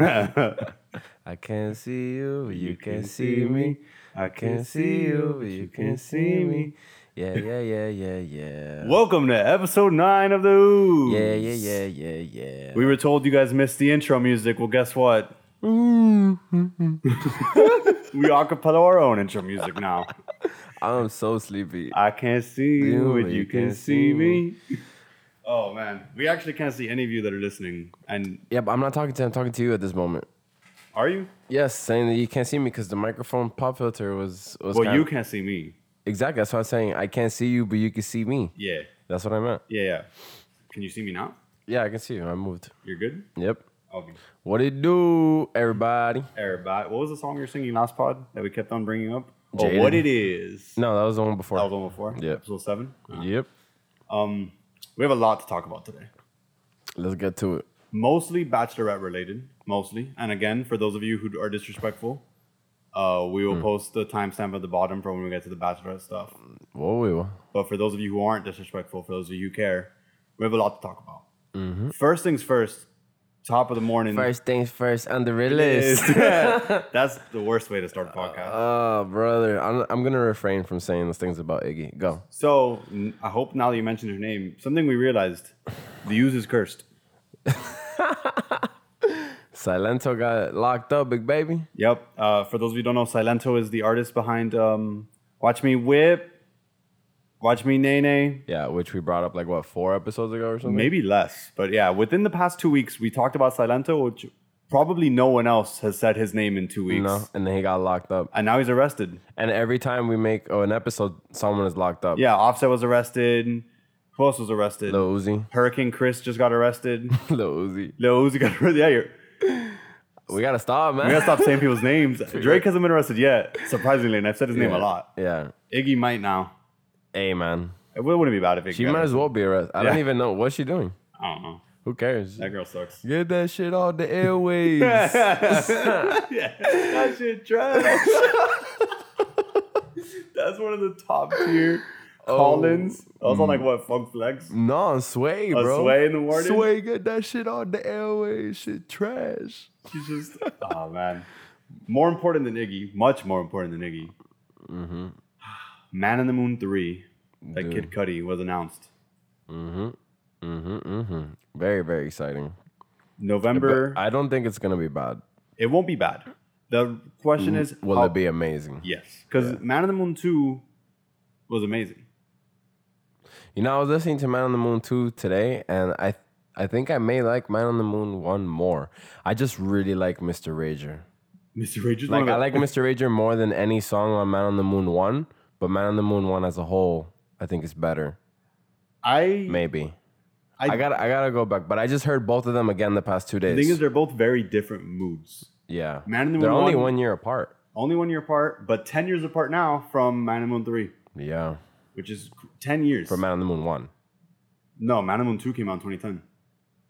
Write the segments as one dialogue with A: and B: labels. A: I can't see you, but you can see me. I can't see you, but you can see me. Yeah, yeah, yeah, yeah, yeah.
B: Welcome to episode nine of the Ooze.
A: Yeah, yeah, yeah, yeah, yeah.
B: We were told you guys missed the intro music. Well, guess what? we acapella our own intro music now.
A: I'm so sleepy.
B: I can't see you, but you can see me. Oh man, we actually can't see any of you that are listening. And
A: Yeah, but I'm not talking to him. I'm talking to you at this moment.
B: are you?
A: Yes, saying that you can't see me because the microphone pop filter was was.
B: Well,
A: kind
B: you
A: of-
B: can't see me.
A: Exactly. That's what I'm saying. I can't see you, but you can see me.
B: Yeah,
A: That's what I meant.
B: yeah, yeah. Can you see me now?
A: Yeah, I can see you. I moved.
B: You're good.
A: Yep.
B: Okay.
A: What it do, everybody?
B: Everybody, what was the song you were singing last pod that we kept on bringing up?
A: Jaded.
B: Oh, what it is.
A: No, that was the one before.
B: That was one before.
A: Yeah.
B: Episode seven.
A: Yep.
B: Um, we have a lot to talk about today.
A: Let's get to it.
B: Mostly bachelorette related. Mostly. And again, for those of you who are disrespectful, uh, we
A: Hmm.
B: will post the timestamp at the bottom for when we get to the bachelorette stuff.
A: Whoa, whoa, whoa.
B: But for those of you who aren't disrespectful, for those of you who care, we have a lot to talk about. First things first. Top of the morning.
A: Mm-hmm. First things first on the
B: is-
A: list.
B: that's the worst way to start a podcast.
A: Oh, brother. I'm, I'm going to refrain from saying those things about Iggy. Go.
B: So n- I hope now that you mentioned her name, something we realized: the use is cursed.
A: Silento got locked up, big baby.
B: Yep. Uh, for those of you who don't know, Silento is the artist behind um, "Watch Me Whip," "Watch Me Nene,"
A: Yeah, which we brought up like, what, four episodes ago or something?
B: maybe less, but yeah. Within the past two weeks, we talked about Silento, which probably no one else has said his name in two weeks,
A: No, and then he got locked up.
B: and now he's arrested.
A: And every time we make oh, an episode, someone is locked up.
B: Yeah, Offset was arrested. Who else was arrested?
A: Lil Uzi.
B: Hurricane Chris just got arrested.
A: Lil Uzi.
B: Lil Uzi got arrested. Yeah, you're,
A: We got to stop, man.
B: we gotta stop saying people's names. Drake hasn't been arrested yet, surprisingly, and I've said his name
A: yeah.
B: a lot.
A: Yeah.
B: Iggy might now.
A: Hey, man.
B: It wouldn't be bad if Iggy.
A: She
B: got
A: might
B: it.
A: as well be arrested. I don't
B: Yeah.
A: even know. What's she doing?
B: I don't know.
A: Who cares?
B: That girl sucks.
A: Get that shit off the airways.
B: yeah, that shit trash. That's one of the top tier Collins. I
A: Oh,
B: was on
A: mm.
B: like what Funk Flex.
A: no, sway,
B: A
A: bro.
B: Sway in the morning?
A: Sway, get that shit off the airways. Shit, trash.
B: She's just oh man. More important than Iggy, much more important than Iggy.
A: Mm-hmm.
B: Man in the Moon Three, that Kid Cudi was announced
A: Mm-hmm, Very, very exciting.
B: November.
A: But I don't think it's gonna be bad.
B: it won't be bad. The question is,
A: Mm-hmm. Will
B: how-
A: it be amazing?
B: Yes, because Man in the Moon Two was amazing.
A: You know, I was listening to Man on the Moon 2 today, and I I think I may like Man on the Moon 1 more. I just really like Mr. Rager.
B: Mr. Rage is
A: Like
B: one of
A: I
B: the-
A: like Mr. Rager more than any song on Man on the Moon 1, but Man on the Moon 1 as a whole, I think is better.
B: I
A: Maybe.
B: I-
A: I, gotta I gotta go back, but I just heard both of them again the past two days.
B: the thing is they're both very different moods.
A: yeah,
B: Man in the
A: they're
B: Moon
A: only
B: 1
A: one year apart.
B: Only one year apart, but ten years apart now from Man in the Moon Three,
A: Yeah,
B: which is cr- ten years.
A: from Man on the Moon One.
B: no, Man in the Moon Two came out in 2010.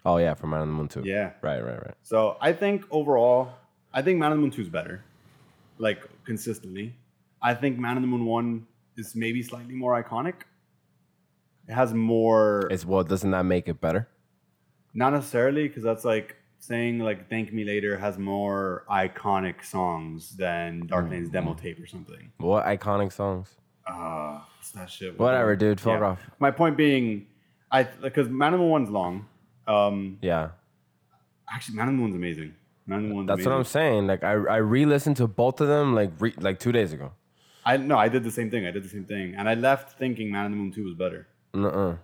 A: Oh yeah, from Man on the Moon Two.
B: Yeah,
A: right, right, right.
B: so I think overall, I think Man in the Moon Two is better, like consistently. I think Man in the Moon One is maybe slightly more iconic. It has more.
A: It's well, doesn't that make it better?
B: Not necessarily, because that's like saying like "Thank Me Later" has more iconic songs than Dark Lane's
A: Mm.
B: demo tape or something.
A: What iconic songs?
B: Ah, what's that shit.
A: Whatever, dude. Fuck
B: Yeah.
A: off.
B: My point being, I because Man in the One's long. Um,
A: Yeah,
B: actually, Man in the One's amazing. Man in the One's
A: that's what I'm
B: amazing.
A: saying. Like I I re-listened to both of them like re- like two days ago.
B: I no, I did the same thing. I did the same thing, and I left thinking Man in the Moon Two was better.
A: Nuh-uh.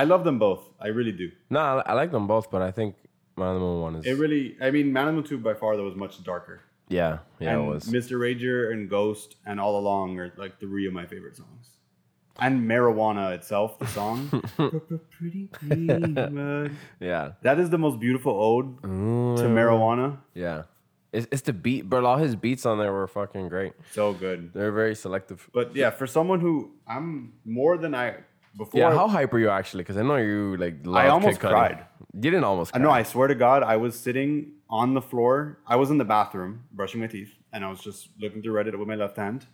B: I love them both. I really do.
A: No, I, I like them both, but I think Man on the Moon One is
B: It really. I mean, Man in the Moon Two by far though was much darker.
A: yeah yeah
B: and
A: it was
B: Mr. Rager and Ghost and All Along are like three of my favorite songs. And Marijuana itself, the song. Pretty woman.
A: yeah
B: that is the most beautiful ode to
A: Ooh,
B: marijuana.
A: yeah. It's, it's the beat, but all his beats on there were fucking great.
B: So good.
A: They're very selective.
B: But yeah, for someone who I'm more than I before.
A: Yeah, how hype are you actually? Because I know you like. Love
B: I almost
A: Kid Cudi.
B: cried.
A: You didn't almost.
B: I
A: Cry.
B: know. I swear to God, I was sitting on the floor. I was in the bathroom brushing my teeth, and I was just looking through Reddit with my left hand,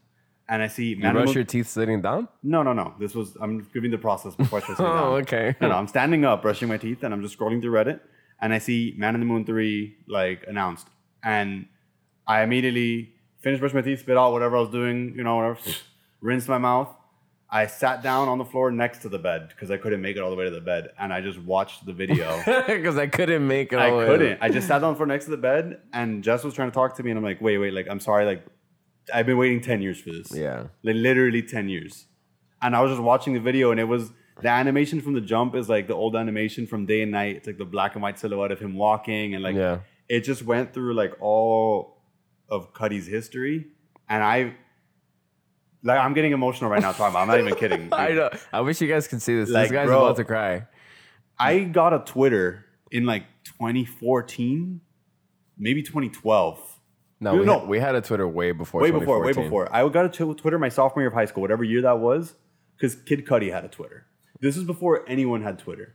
B: and I see.
A: You
B: Man in the
A: brush
B: Moon-
A: your teeth sitting down.
B: No, no, no. This was I'm giving the process before I shut it down.
A: Oh, okay.
B: No, no, I'm standing up, brushing my teeth, and I'm just scrolling through Reddit, and I see Man in the Moon 3 like announced. And I immediately finished brushing my teeth, spit out whatever I was doing, you know, whatever, rinsed my mouth. I sat down on the floor next to the bed because I couldn't make it all the way to the bed. And I just watched the video.
A: because I couldn't make it.
B: I
A: all the way
B: couldn't.
A: up.
B: I just sat down for next to the bed, and Jess was trying to talk to me, and I'm like, wait, wait, like I'm sorry, like I've been waiting ten years for this.
A: Yeah.
B: like literally ten years. And I was just watching the video, and it was the animation from the jump is like the old animation from Day and Night. It's like the black and white silhouette of him walking, and like
A: yeah.
B: it just went through like all of Cuddy's history, and I. Like I'm getting emotional right now talking about. it. I'm not even kidding.
A: I know. I wish you guys could see this.
B: Like,
A: this guy's
B: bro.
A: about to cry.
B: I got a Twitter in like 2014, maybe 2012.
A: No,
B: No,
A: we,
B: no.
A: Had, we had a Twitter way before.
B: way before, way
A: 2014.
B: before. I got a tw- Twitter my sophomore year of high school, whatever year that was, because Kid Cudi had a Twitter. This is before anyone had Twitter.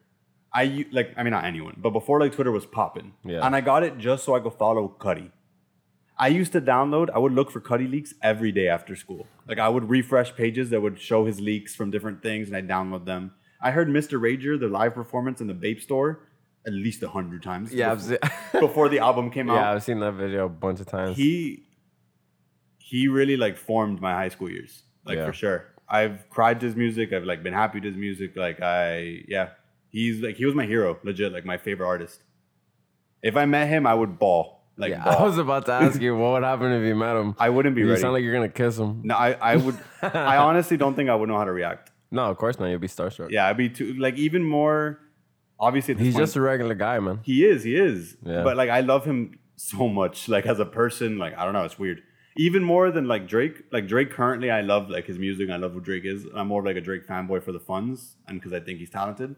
B: I u- like, I mean, not anyone, but before like Twitter was popping.
A: Yeah.
B: And I got it just so I could follow Cudi. I used to download. I would look for Cudi leaks every day after school. Like I would refresh pages that would show his leaks from different things, and I would download them. I heard Mr. Rager the live performance in the Bape Store at least a hundred times.
A: Yeah, I've
B: before,
A: seen,
B: before the album came out
A: yeah, I've seen that video a bunch of times.
B: he he really like formed my high school years like
A: Yeah.
B: for sure i've cried to his music i've like been happy to his music like i yeah he's like he was my hero legit like my favorite artist if i met him i would ball like
A: yeah, I
B: ball.
A: was about to ask you what would happen if you met him.
B: I wouldn't be
A: You
B: ready
A: sound like you're gonna kiss him.
B: no i i would i honestly don't think i would know how to react
A: No, of course not. You'll be starstruck.
B: yeah i'd be too like even more obviously at this
A: He's
B: point,
A: just a regular guy, man.
B: He is, he is.
A: Yeah.
B: But like I love him so much. Like as a person, like I don't know, it's weird. Even more than like Drake. Like Drake currently I love like his music. I love who Drake is. I'm more of like a Drake fanboy for the funds and because I think he's talented.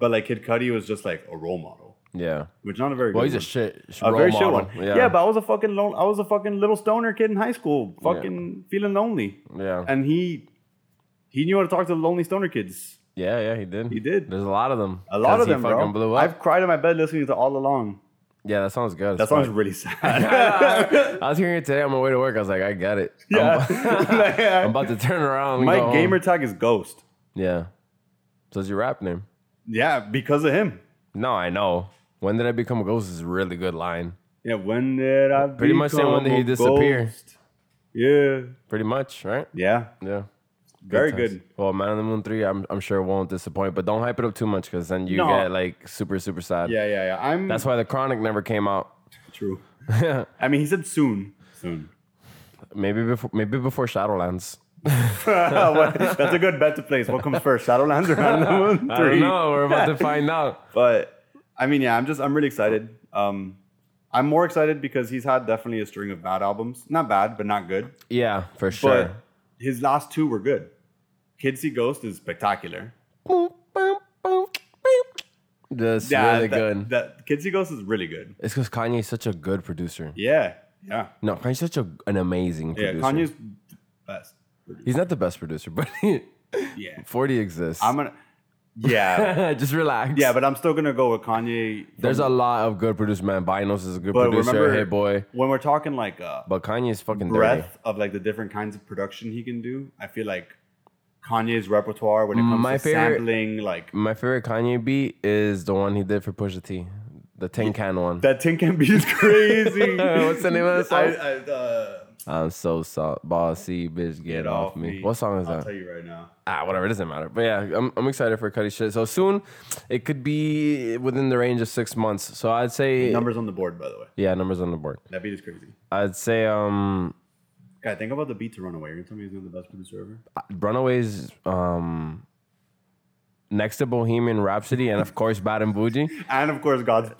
B: But like Kid Cudi was just like a role model.
A: Yeah.
B: Which not a very
A: Well,
B: good
A: he's a shit.
B: one. a
A: role
B: very shit
A: model.
B: one. Yeah. but I was a fucking lone, I was a fucking little stoner kid in high school, fucking feeling lonely.
A: yeah.
B: And he he knew how to talk to the lonely stoner kids.
A: Yeah, yeah, he did.
B: He did.
A: There's a lot of them.
B: A lot
A: 'Cause
B: of
A: he
B: them,
A: fucking
B: bro.
A: blew up.
B: I've cried in my bed listening to All Along.
A: yeah, that sounds good.
B: That
A: as
B: song's
A: fuck.
B: really sad.
A: I was hearing it today on my way to work. I was like, I get it.
B: Yeah.
A: I'm,
B: Like, uh,
A: I'm about to turn around. and
B: My
A: go home.
B: gamer tag is Ghost.
A: Yeah. So it's your rap name.
B: Yeah, because of him.
A: No, I know. When did I become a ghost is a really good line.
B: Yeah, when did I
A: Pretty much saying
B: become
A: when did he
B: a
A: disappear.
B: ghost? Yeah.
A: Pretty much, right?
B: Yeah.
A: Yeah.
B: Very
A: times.
B: good.
A: Well, Man on the Moon 3, I'm, I'm sure won't disappoint, but don't hype it up too much because then you
B: No.
A: get like super, super sad.
B: Yeah, yeah, yeah. I'm
A: That's why The Chronic never came out.
B: true. I mean, he said soon. Soon.
A: maybe before maybe before Shadowlands.
B: That's a good bet to place. What comes first, Shadowlands or Man of the Moon
A: I
B: 3?
A: don't know. We're about to find out.
B: But I mean, yeah, I'm just I'm really excited. Um, I'm more excited because he's had definitely a string of bad albums. Not bad, but not good.
A: Yeah, for
B: But
A: sure.
B: his last two were good. Kids See Ghost is spectacular.
A: That's really
B: that,
A: good.
B: That Kids See Ghost is really good.
A: It's because Kanye's such a good producer.
B: Yeah, yeah,
A: No, Kanye's such a, an amazing
B: yeah.
A: producer.
B: Kanye's the best.
A: He's not the best producer, but
B: Yeah,
A: 40 exists.
B: I'm gonna. Yeah,
A: Just relax.
B: yeah, but I'm still gonna go with Kanye. from-
A: there's a lot of good producers, man. Binos is a good
B: But
A: producer,
B: remember-
A: Hey Boy.
B: when we're talking like uh,
A: But Kanye's fucking dirty.
B: breadth of like the different kinds of production he can do. I feel like Kanye's repertoire when it comes
A: My
B: to
A: favorite-
B: sampling, like
A: My favorite Kanye beat is the one he did for Pusha T, the tin can one.
B: that Tin Can beat is crazy.
A: What's the name of that song?
B: I, I, uh,
A: I'm so so bossy, bitch. Get, off, me. What song is
B: I'll
A: that?
B: tell you right now.
A: Ah, whatever. It doesn't matter. But yeah, I'm, I'm excited for Cuddy shit. So soon, it could be within the range of six months. So I'd say
B: Numbers on the board, by the way.
A: yeah, numbers on the board.
B: That beat is crazy.
A: I'd say um,
B: God, think about the beat to Runaway. You're gonna tell me he's not the best producer ever?
A: Runaways um, next to Bohemian Rhapsody, and of course Bad and Bougie.
B: And of course, God's.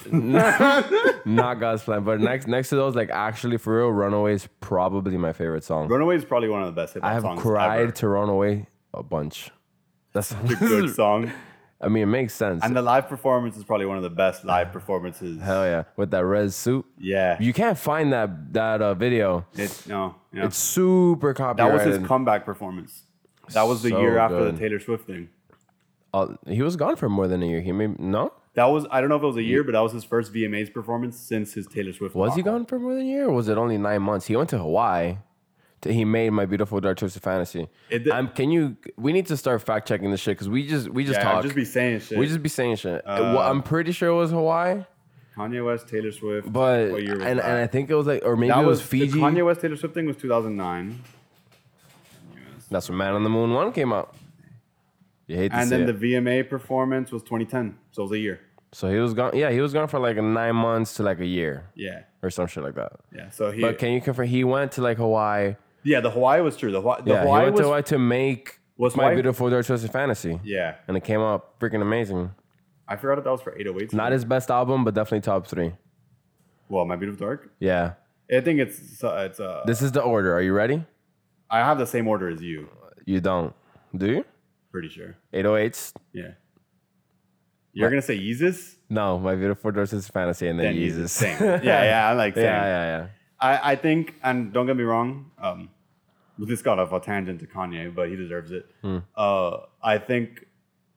A: Not God's plan, but next next to those, like actually for real, Runaways probably my favorite song.
B: Runaway is probably one of the best hip
A: I
B: hop
A: have
B: songs.
A: cried
B: ever.
A: to Runaway a bunch. That's
B: Good song.
A: I mean, it makes sense.
B: And the live performance is probably one of the best live performances.
A: Hell yeah, with that red suit.
B: yeah.
A: You can't find that that uh, video.
B: It- no, yeah.
A: It's super
B: that was
A: copyrighted.
B: his comeback performance. That was the
A: So
B: year after
A: good.
B: the Taylor Swift thing.
A: Uh, he was gone for more than a year. He may no.
B: That was I don't know if it was a year, but that was his first VMAs performance since his Taylor Swift.
A: Was he
B: debacle.
A: gone for more than a year? Or was it only nine months? He went to Hawaii. to- he made my beautiful dark twisted fantasy.
B: It did-
A: Um, can you? We need to start fact checking this shit because we just we just
B: Yeah, I'd
A: talk.
B: just be saying Uh, shit.
A: we just be saying shit. well, I'm pretty sure it was Hawaii.
B: Kanye West, Taylor Swift.
A: But
B: what year
A: and
B: was
A: and
B: that?
A: I think it was like or maybe
B: that
A: it was,
B: was the
A: Fiji.
B: Kanye West Taylor Swift thing was 2009.
A: That's when Man on the Moon one came out. You hate to
B: And
A: see
B: then
A: it.
B: the VMA performance was 2010. So it was a year.
A: so he was gone. Yeah, he was gone for like nine months to like a year
B: Yeah.
A: or some shit like that.
B: Yeah. So he.
A: But can you confirm he went to like Hawaii?
B: yeah, the Hawaii was true. The Hawaii, the
A: yeah, he
B: Hawaii
A: went
B: was.
A: to Hawaii to make
B: was
A: My
B: Hawaii-
A: Beautiful Dark Twisted Fantasy,
B: Yeah.
A: and it came out freaking amazing.
B: I forgot that that was for 808.
A: Not his best album, but definitely top three.
B: Well, My Beautiful Dark.
A: Yeah,
B: I think it's. Uh, it's uh,
A: this is the order. Are you ready?
B: I have the same order as you,
A: You don't, do you?
B: pretty sure.
A: 808s.
B: Yeah. You're going to say Yeezus?
A: No, My Beautiful Dark Twisted Fantasy, and then
B: Then Yeezus.
A: Jesus.
B: Same. Yeah, yeah. I like
A: yeah,
B: same.
A: yeah, yeah.
B: I, I think, and don't get me wrong, um, this got off a tangent to Kanye, but he deserves it.
A: Hmm.
B: Uh, I think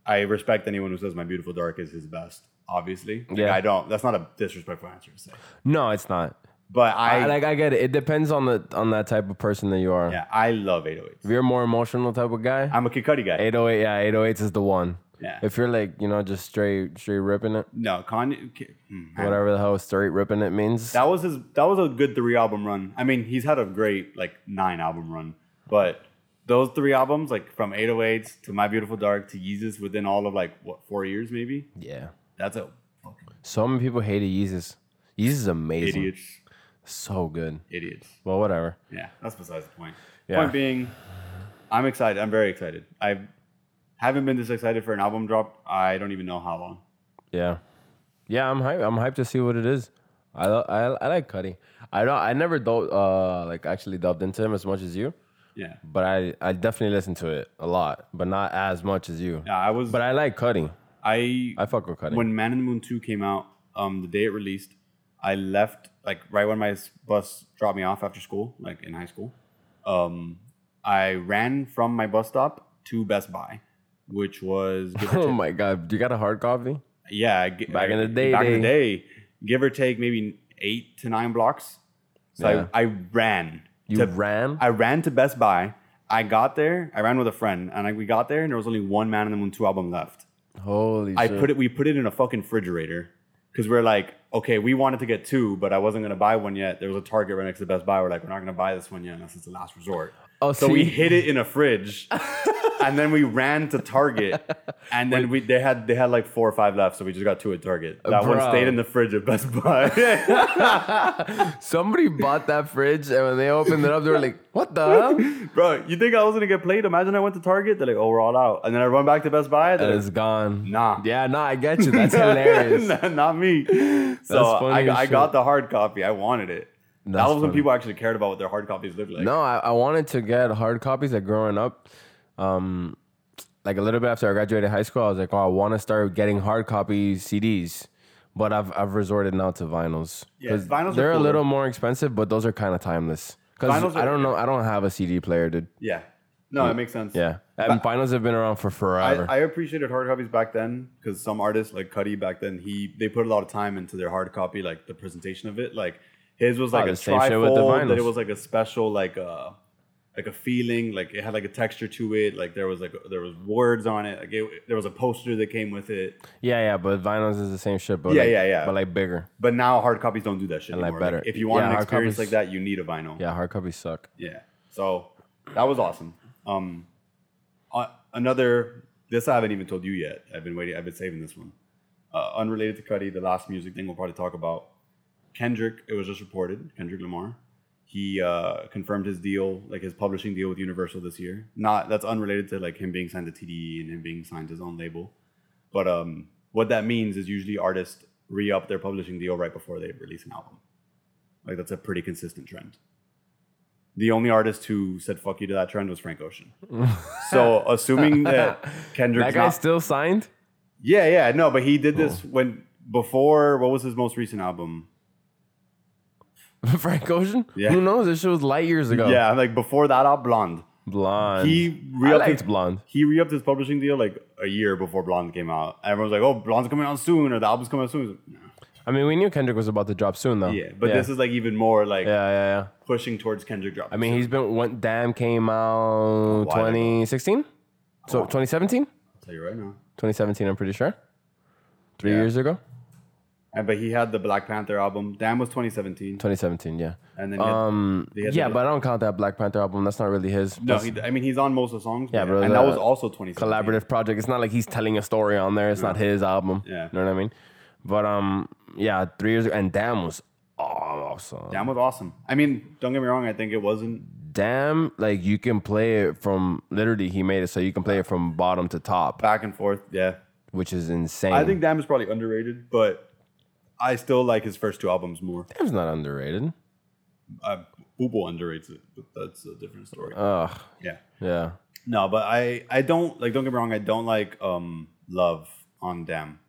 B: I respect anyone who says "My Beautiful Dark" is his best. Obviously, Like,
A: Yeah.
B: I don't. That's not a disrespectful answer to say,
A: No, it's not.
B: but
A: I,
B: I,
A: like I get it. It depends on the on that type of person that you are.
B: yeah, I love 808s.
A: If you're a more emotional type of guy,
B: I'm a Kid Cudi guy.
A: 808, yeah, 808s is the one.
B: Yeah.
A: If you're like, you know, just straight straight ripping it,
B: No, Kanye. Ki- hmm.
A: whatever the hell straight ripping it means.
B: That was his. That was a good three album run. I mean, he's had a great like nine album run, but those three albums, like from 808s to My Beautiful Dark to Yeezus, within all of like what four years maybe.
A: yeah.
B: That's a
A: So many people hated Yeezus. Yeezus is amazing.
B: idiots.
A: So good.
B: Idiots.
A: Well, whatever.
B: Yeah, that's besides the point.
A: Yeah.
B: Point being, I'm excited. I'm very excited. I haven't been this excited for an album drop. I don't even know how long.
A: Yeah. Yeah, I'm hyped. I'm hyped to see what it is. I lo- I, I like Cuddy. I don't I never do- uh like actually delved into him as much as you,
B: Yeah.
A: but I I definitely listened to it a lot, but not as much as you.
B: Yeah, I was.
A: But I like Cuddy.
B: I,
A: I fuck with Cuddy.
B: when Man in the Moon Two came out, um, the day it released, I left like right when my s- bus dropped me off after school, like in high school. Um, I ran from my bus stop to Best Buy, which was give or
A: oh
B: take-
A: my god, you got a hard copy?
B: Yeah, I ge-
A: Back
B: I-
A: in the day,
B: Back in the
A: day.
B: day, give or take maybe eight to nine blocks. So
A: Yeah.
B: I, I ran.
A: You
B: to,
A: ran?
B: I ran to Best Buy. I got there. I ran with a friend, and I, we got there, and there was only one Man in the Moon two album left.
A: Holy
B: I
A: shit.
B: put it. We put it in a fucking refrigerator because we're like, okay, we wanted to get two, but I wasn't gonna buy one yet. There was a Target right next to Best Buy. We're like, we're not gonna buy this one yet unless it's the last resort.
A: oh,
B: So we hid it in a fridge, and then we ran to Target, and then we they had they had like four or five left, so we just got two at Target. That
A: Bro.
B: one stayed in the fridge at Best Buy.
A: somebody bought that fridge and when they opened it up, they were like, what the hell?
B: Bro, you think I was gonna get played? Imagine I went to Target. They're like, oh, we're all out, and then I run back to Best Buy.
A: And
B: They're
A: it's
B: like,
A: gone.
B: Nah.
A: Yeah, nah, I get you. That's hilarious.
B: Nah, not me. So
A: funny
B: I,
A: as
B: I
A: shit.
B: got the hard copy. I wanted it. that
A: That's
B: was when
A: funny.
B: people actually cared about what their hard copies looked like.
A: No, I, I wanted to get hard copies like growing up. Um like a little bit after I graduated high school, I was like, oh, I want to start getting hard copy CDs. But I've I've resorted now to vinyls.
B: Yeah,
A: 'Cause
B: vinyls are
A: They're a
B: cooler.
A: little more expensive, but those are kind of timeless. Because
B: Vinyls are-
A: I don't know, I don't have a CD player, dude.
B: Yeah. No, it makes sense.
A: Yeah, and vinyls have been around for
B: I,
A: forever.
B: I appreciated hard copies back then because some artists like Cuddy back then he they put a lot of time into their hard copy like the presentation of it like his was like
A: Oh, the
B: a
A: same shit with the
B: trifold that it
A: vinyls.
B: was like a special like uh like a feeling like it had like a texture to it like there was like there was words on it like it, there was a poster that came with it
A: yeah, yeah, but vinyls is the same shit. But
B: Yeah,
A: like-
B: yeah, yeah.
A: But like bigger.
B: but now hard copies don't do that shit
A: And, like,
B: anymore
A: better.
B: if you want
A: Yeah,
B: an
A: hard
B: experience
A: copies-
B: like that you need a vinyl
A: Yeah, hard copies suck.
B: Yeah. So that was awesome. Um, uh, another. This I haven't even told you yet. I've been waiting. I've been saving this one. Uh, unrelated to Cuddy, the last music thing we'll probably talk about. Kendrick. It was just reported. Kendrick Lamar. He uh, confirmed his deal, like his publishing deal with Universal this year. Not that's unrelated to like him being signed to TDE and him being signed to his own label. But um, what that means is usually artists re-up their publishing deal right before they release an album. Like that's a pretty consistent trend. The only artist who said "fuck you" to that trend was Frank Ocean. so assuming that Kendrick's
A: That guy
B: not-
A: still signed.
B: yeah, yeah, no, but he did
A: Oh.
B: this when before. What was his most recent album?
A: Frank Ocean.
B: Yeah.
A: Who knows? This shit was light years ago.
B: Yeah, like before that album, Blonde.
A: Blonde.
B: He
A: I
B: re-upped his-
A: liked blonde.
B: he re-upped his publishing deal like a year before Blonde came out. Everyone's like, "Oh, Blonde's coming out soon," or the album's coming out soon. He's like, "No."
A: I mean, we knew Kendrick was about to drop soon, though.
B: Yeah, but this is like even more like
A: Yeah, yeah, yeah.
B: pushing towards Kendrick drop.
A: I mean, he's been. When Damn came out
B: ago.
A: 2016, so 2017,
B: I'll tell you right now.
A: 2017. I'm pretty sure. Three
B: Yeah.
A: years ago.
B: And, but he had the Black Panther album. Dan was 2017,
A: 2017, yeah.
B: and then he had-
A: Um,
B: they had
A: yeah,
B: the-
A: but I don't count that Black Panther album. That's not really his.
B: no,
A: That's
B: he, I mean he's on most of the songs.
A: Yeah,
B: man.
A: bro,
B: and that
A: the
B: was also 2017.
A: collaborative project. It's not like he's telling a story on there. It's not his album.
B: Yeah.
A: you know what I mean. But um, yeah, three years and Damn was awesome.
B: Dan was awesome. I mean, don't get me wrong. I think it wasn't.
A: Damn, like you can play it from literally he made it so you can play it from bottom to top,
B: back and forth. Yeah,
A: which is insane.
B: I think Damn is probably underrated, but I still like his first two albums more.
A: Damn's not underrated.
B: Uh, Boobo underrates it, but that's a different story.
A: Ugh,
B: yeah,
A: yeah.
B: no, but I I don't like. Don't get me wrong. I don't like um love on Damn.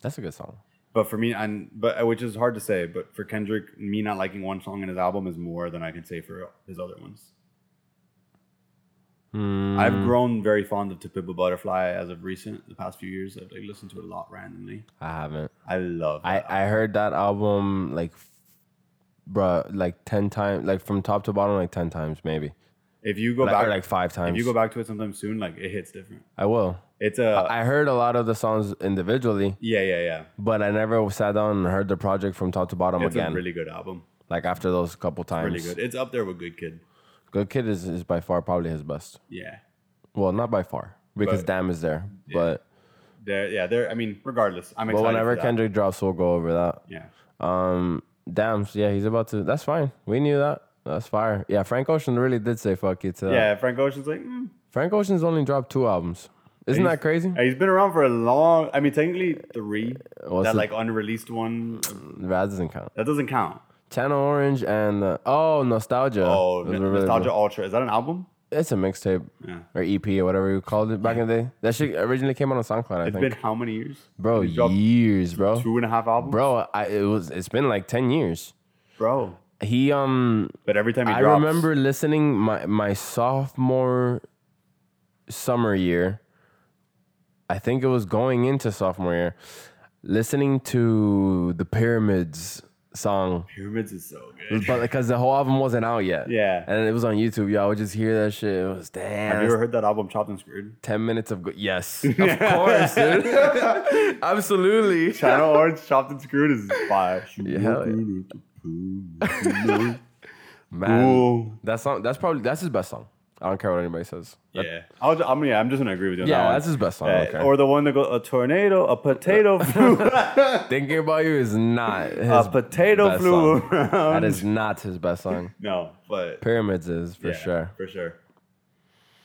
A: That's a good song.
B: But for me, and but uh, which is hard to say. But for Kendrick, me not liking one song in his album is more than I can say for his other ones.
A: Hmm.
B: I've grown very fond of To Pimp a Butterfly as of recent, the past few years. I've like listened to it a lot randomly.
A: I haven't.
B: I love.
A: I
B: that.
A: I heard that album like, bruh, like ten times, like from top to bottom, like ten times maybe.
B: if you go
A: Like-
B: back,
A: or like five times.
B: if you go back to it sometime soon, like it hits different.
A: I will.
B: It's a
A: I heard a lot of the songs individually,
B: yeah, yeah, yeah.
A: but I never sat down and heard the project from top to bottom
B: It's
A: again.
B: a really good album.
A: like after those couple times,
B: Really good. It's up there with Good Kid.
A: Good Kid is, is by far probably his best.
B: Yeah,
A: Well, not by far because
B: But-
A: Damn is there,
B: Yeah.
A: but
B: there. Yeah, there. I mean, regardless, I'm
A: but
B: excited.
A: whenever
B: for that.
A: Kendrick drops, we'll go over that.
B: yeah,
A: Um, Damn, yeah, he's about to. That's fine. We knew that. That's fire. Yeah, Frank Ocean really did say fuck you to that.
B: yeah. Frank Ocean's like, mm.
A: Frank Ocean's only dropped two albums. Isn't that
B: He's-
A: crazy?
B: Hey, he's been around for a long. I mean, technically three.
A: What's
B: that
A: the-
B: like unreleased one
A: That doesn't count.
B: that doesn't count.
A: Channel Orange and uh, oh, Nostalgia.
B: Oh,
A: Those
B: N-
A: were really
B: Nostalgia Ultra. Is that an album?
A: good. It's a mixtape.
B: Yeah.
A: or EP or whatever you called it back in the day. That shit originally came out on SoundCloud, I
B: It's
A: think.
B: been how many years?
A: bro,
B: He dropped
A: years, bro.
B: two and a half albums,
A: Bro, I, it was it's been like 10 years.
B: Bro.
A: He um
B: But every time he
A: I
B: drops,
A: remember listening my my sophomore summer year. I think it was going into sophomore year listening to the Pyramids song.
B: Pyramids is so good.
A: But because the whole album wasn't out yet.
B: Yeah.
A: And it was on YouTube. Y'all would just hear that shit. It was damn.
B: Have you ever heard that album Chopped and Screwed?
A: 10 minutes of good. Yes. Of course, dude. Absolutely.
B: Channel Orange Chopped and Screwed is fire.
A: hell Man.
B: Ooh.
A: That song, that's probably, that's his best song. I don't care what anybody says. That-
B: Yeah, I'll, ju- I'm yeah, I'm just gonna agree with you. On
A: yeah,
B: that
A: that's
B: one.
A: his best song.
B: Uh,
A: okay.
B: Or the one that goes a tornado, a potato flew,
A: Thinking About You is not his
B: a potato
A: best
B: flew
A: song.
B: around.
A: That is not his best song.
B: no, but
A: Pyramids is for
B: yeah,
A: sure.
B: for sure.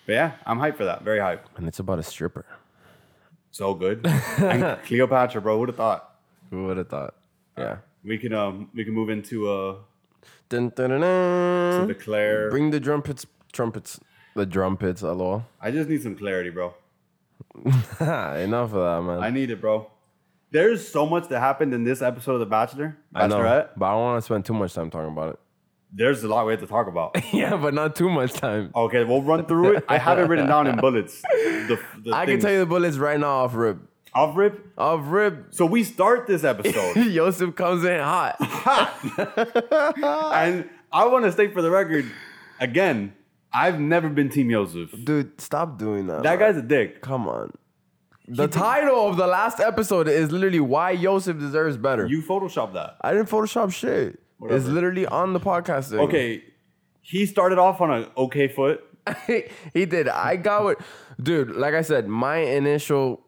B: But yeah, I'm hyped for that. Very hyped.
A: And it's about a stripper.
B: So good. and Cleopatra, bro. Would have thought
A: Who would have thought? Yeah.
B: we can um we can move into uh
A: Dun, dun, dun,
B: to
A: dun.
B: the Claire.
A: Hmm? Bring the trumpets, trumpets, the trumpets, lol.
B: I just need some clarity, bro.
A: Enough of that, man.
B: I need it, bro. There's so much that happened in this episode of The Bachelor,
A: I know,
B: Bachelorette.
A: but I don't want to spend too much time talking about it.
B: There's a lot we have to talk about.
A: Yeah, but not too much time.
B: Okay, we'll run through it. I have it written down in bullets. The, the
A: I can
B: things.
A: tell you the bullets right now off rip.
B: off rip.
A: Off rip,
B: So we start this episode,
A: Yosef comes in hot.
B: and I want to state for the record, again, I've never been Team Yosef.
A: Dude, stop doing that.
B: That
A: man.
B: guy's a dick.
A: Come on. The title of the last episode is literally Why Yosef Deserves Better.
B: You photoshopped that.
A: I didn't Photoshop shit. It's
B: Whatever.
A: literally on the podcast. thing.
B: Okay, he started off on an okay foot.
A: he did. I got what, dude. Like I said, my initial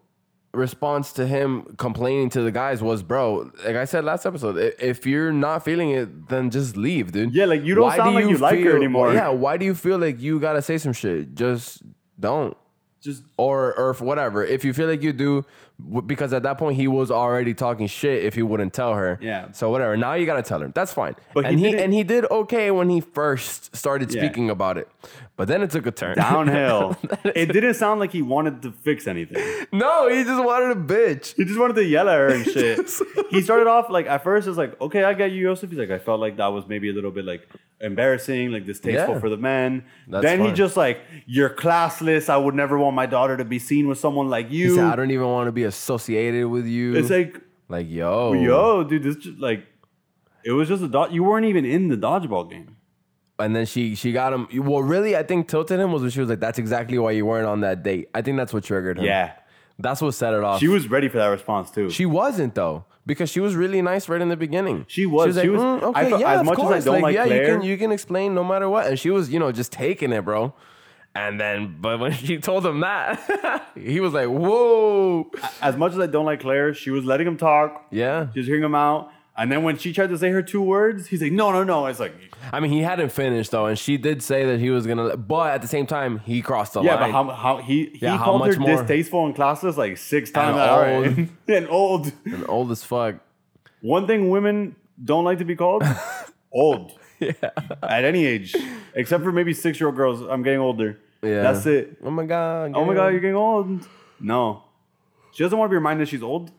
A: response to him complaining to the guys was, "Bro, like I said last episode, i- if you're not feeling it, then just leave, dude.
B: Yeah, like, you don't sound like you like her
A: feel-
B: anymore.
A: Yeah, why do you feel like you gotta say some shit? Just don't."
B: Just
A: Or, or if whatever. If you feel like you do, w- because at that point he was already talking shit. If he wouldn't tell her,
B: Yeah.
A: So whatever. Now you gotta tell her. That's fine.
B: But he
A: and he
B: didn't-
A: and he did okay when he first started
B: Yeah.
A: speaking about it, but then it took a turn
B: downhill. it didn't sound like he wanted to fix anything.
A: No, he just wanted a bitch.
B: He just wanted to yell at her and shit. he started off like at first it was like, okay, I get you, Joseph. He's like, I felt like that was maybe a little bit like embarrassing, like distasteful
A: Yeah.
B: for the men.
A: That's
B: then he
A: fine.
B: just like, you're classless. I would never want my daughter to be seen with someone like
A: He
B: you.
A: said, I don't even want to be associated with you.
B: it's like,
A: like, yo.
B: yo, dude, this just like, it was just a dodge. You weren't even in the dodgeball game.
A: And then she she got him. Well, really, I think tilted him was when she was like, that's exactly why you weren't on that date. I think that's what triggered him.
B: Yeah,
A: That's what set it off.
B: she
A: She,
B: was ready for that response too.
A: wasn't, though. because she was really nice right in the beginning.
B: She was.
A: like,
B: She was-
A: "Mm,
B: I
A: okay,
B: felt-
A: yeah,
B: as
A: of
B: much as I
A: course.
B: don't like
A: yeah, you
B: Claire-
A: can you can explain no matter what. And she was, you know, just taking it, bro. And then, but when she told him that, he was like, "Whoa,
B: As much as I don't like Claire, she was letting him talk.
A: yeah."
B: She was hearing him out. And then when she tried to say her two words, he's like, no, no, no. It's like,
A: I mean, he hadn't finished though, and she did say that he was gonna. But at the same time, he crossed the
B: yeah,
A: line.
B: but how, how he, he
A: Yeah, how
B: called
A: much
B: her
A: more?
B: distasteful and classless like six times.
A: old.
B: All right. and old.
A: And old as fuck.
B: One thing women don't like to be called old
A: Yeah.
B: at any age, except for maybe six year old girls. I'm getting older.
A: Yeah.
B: That's it.
A: Oh my god.
B: Oh my
A: yeah.
B: God, you're getting old. No. She doesn't want to be reminded she's old.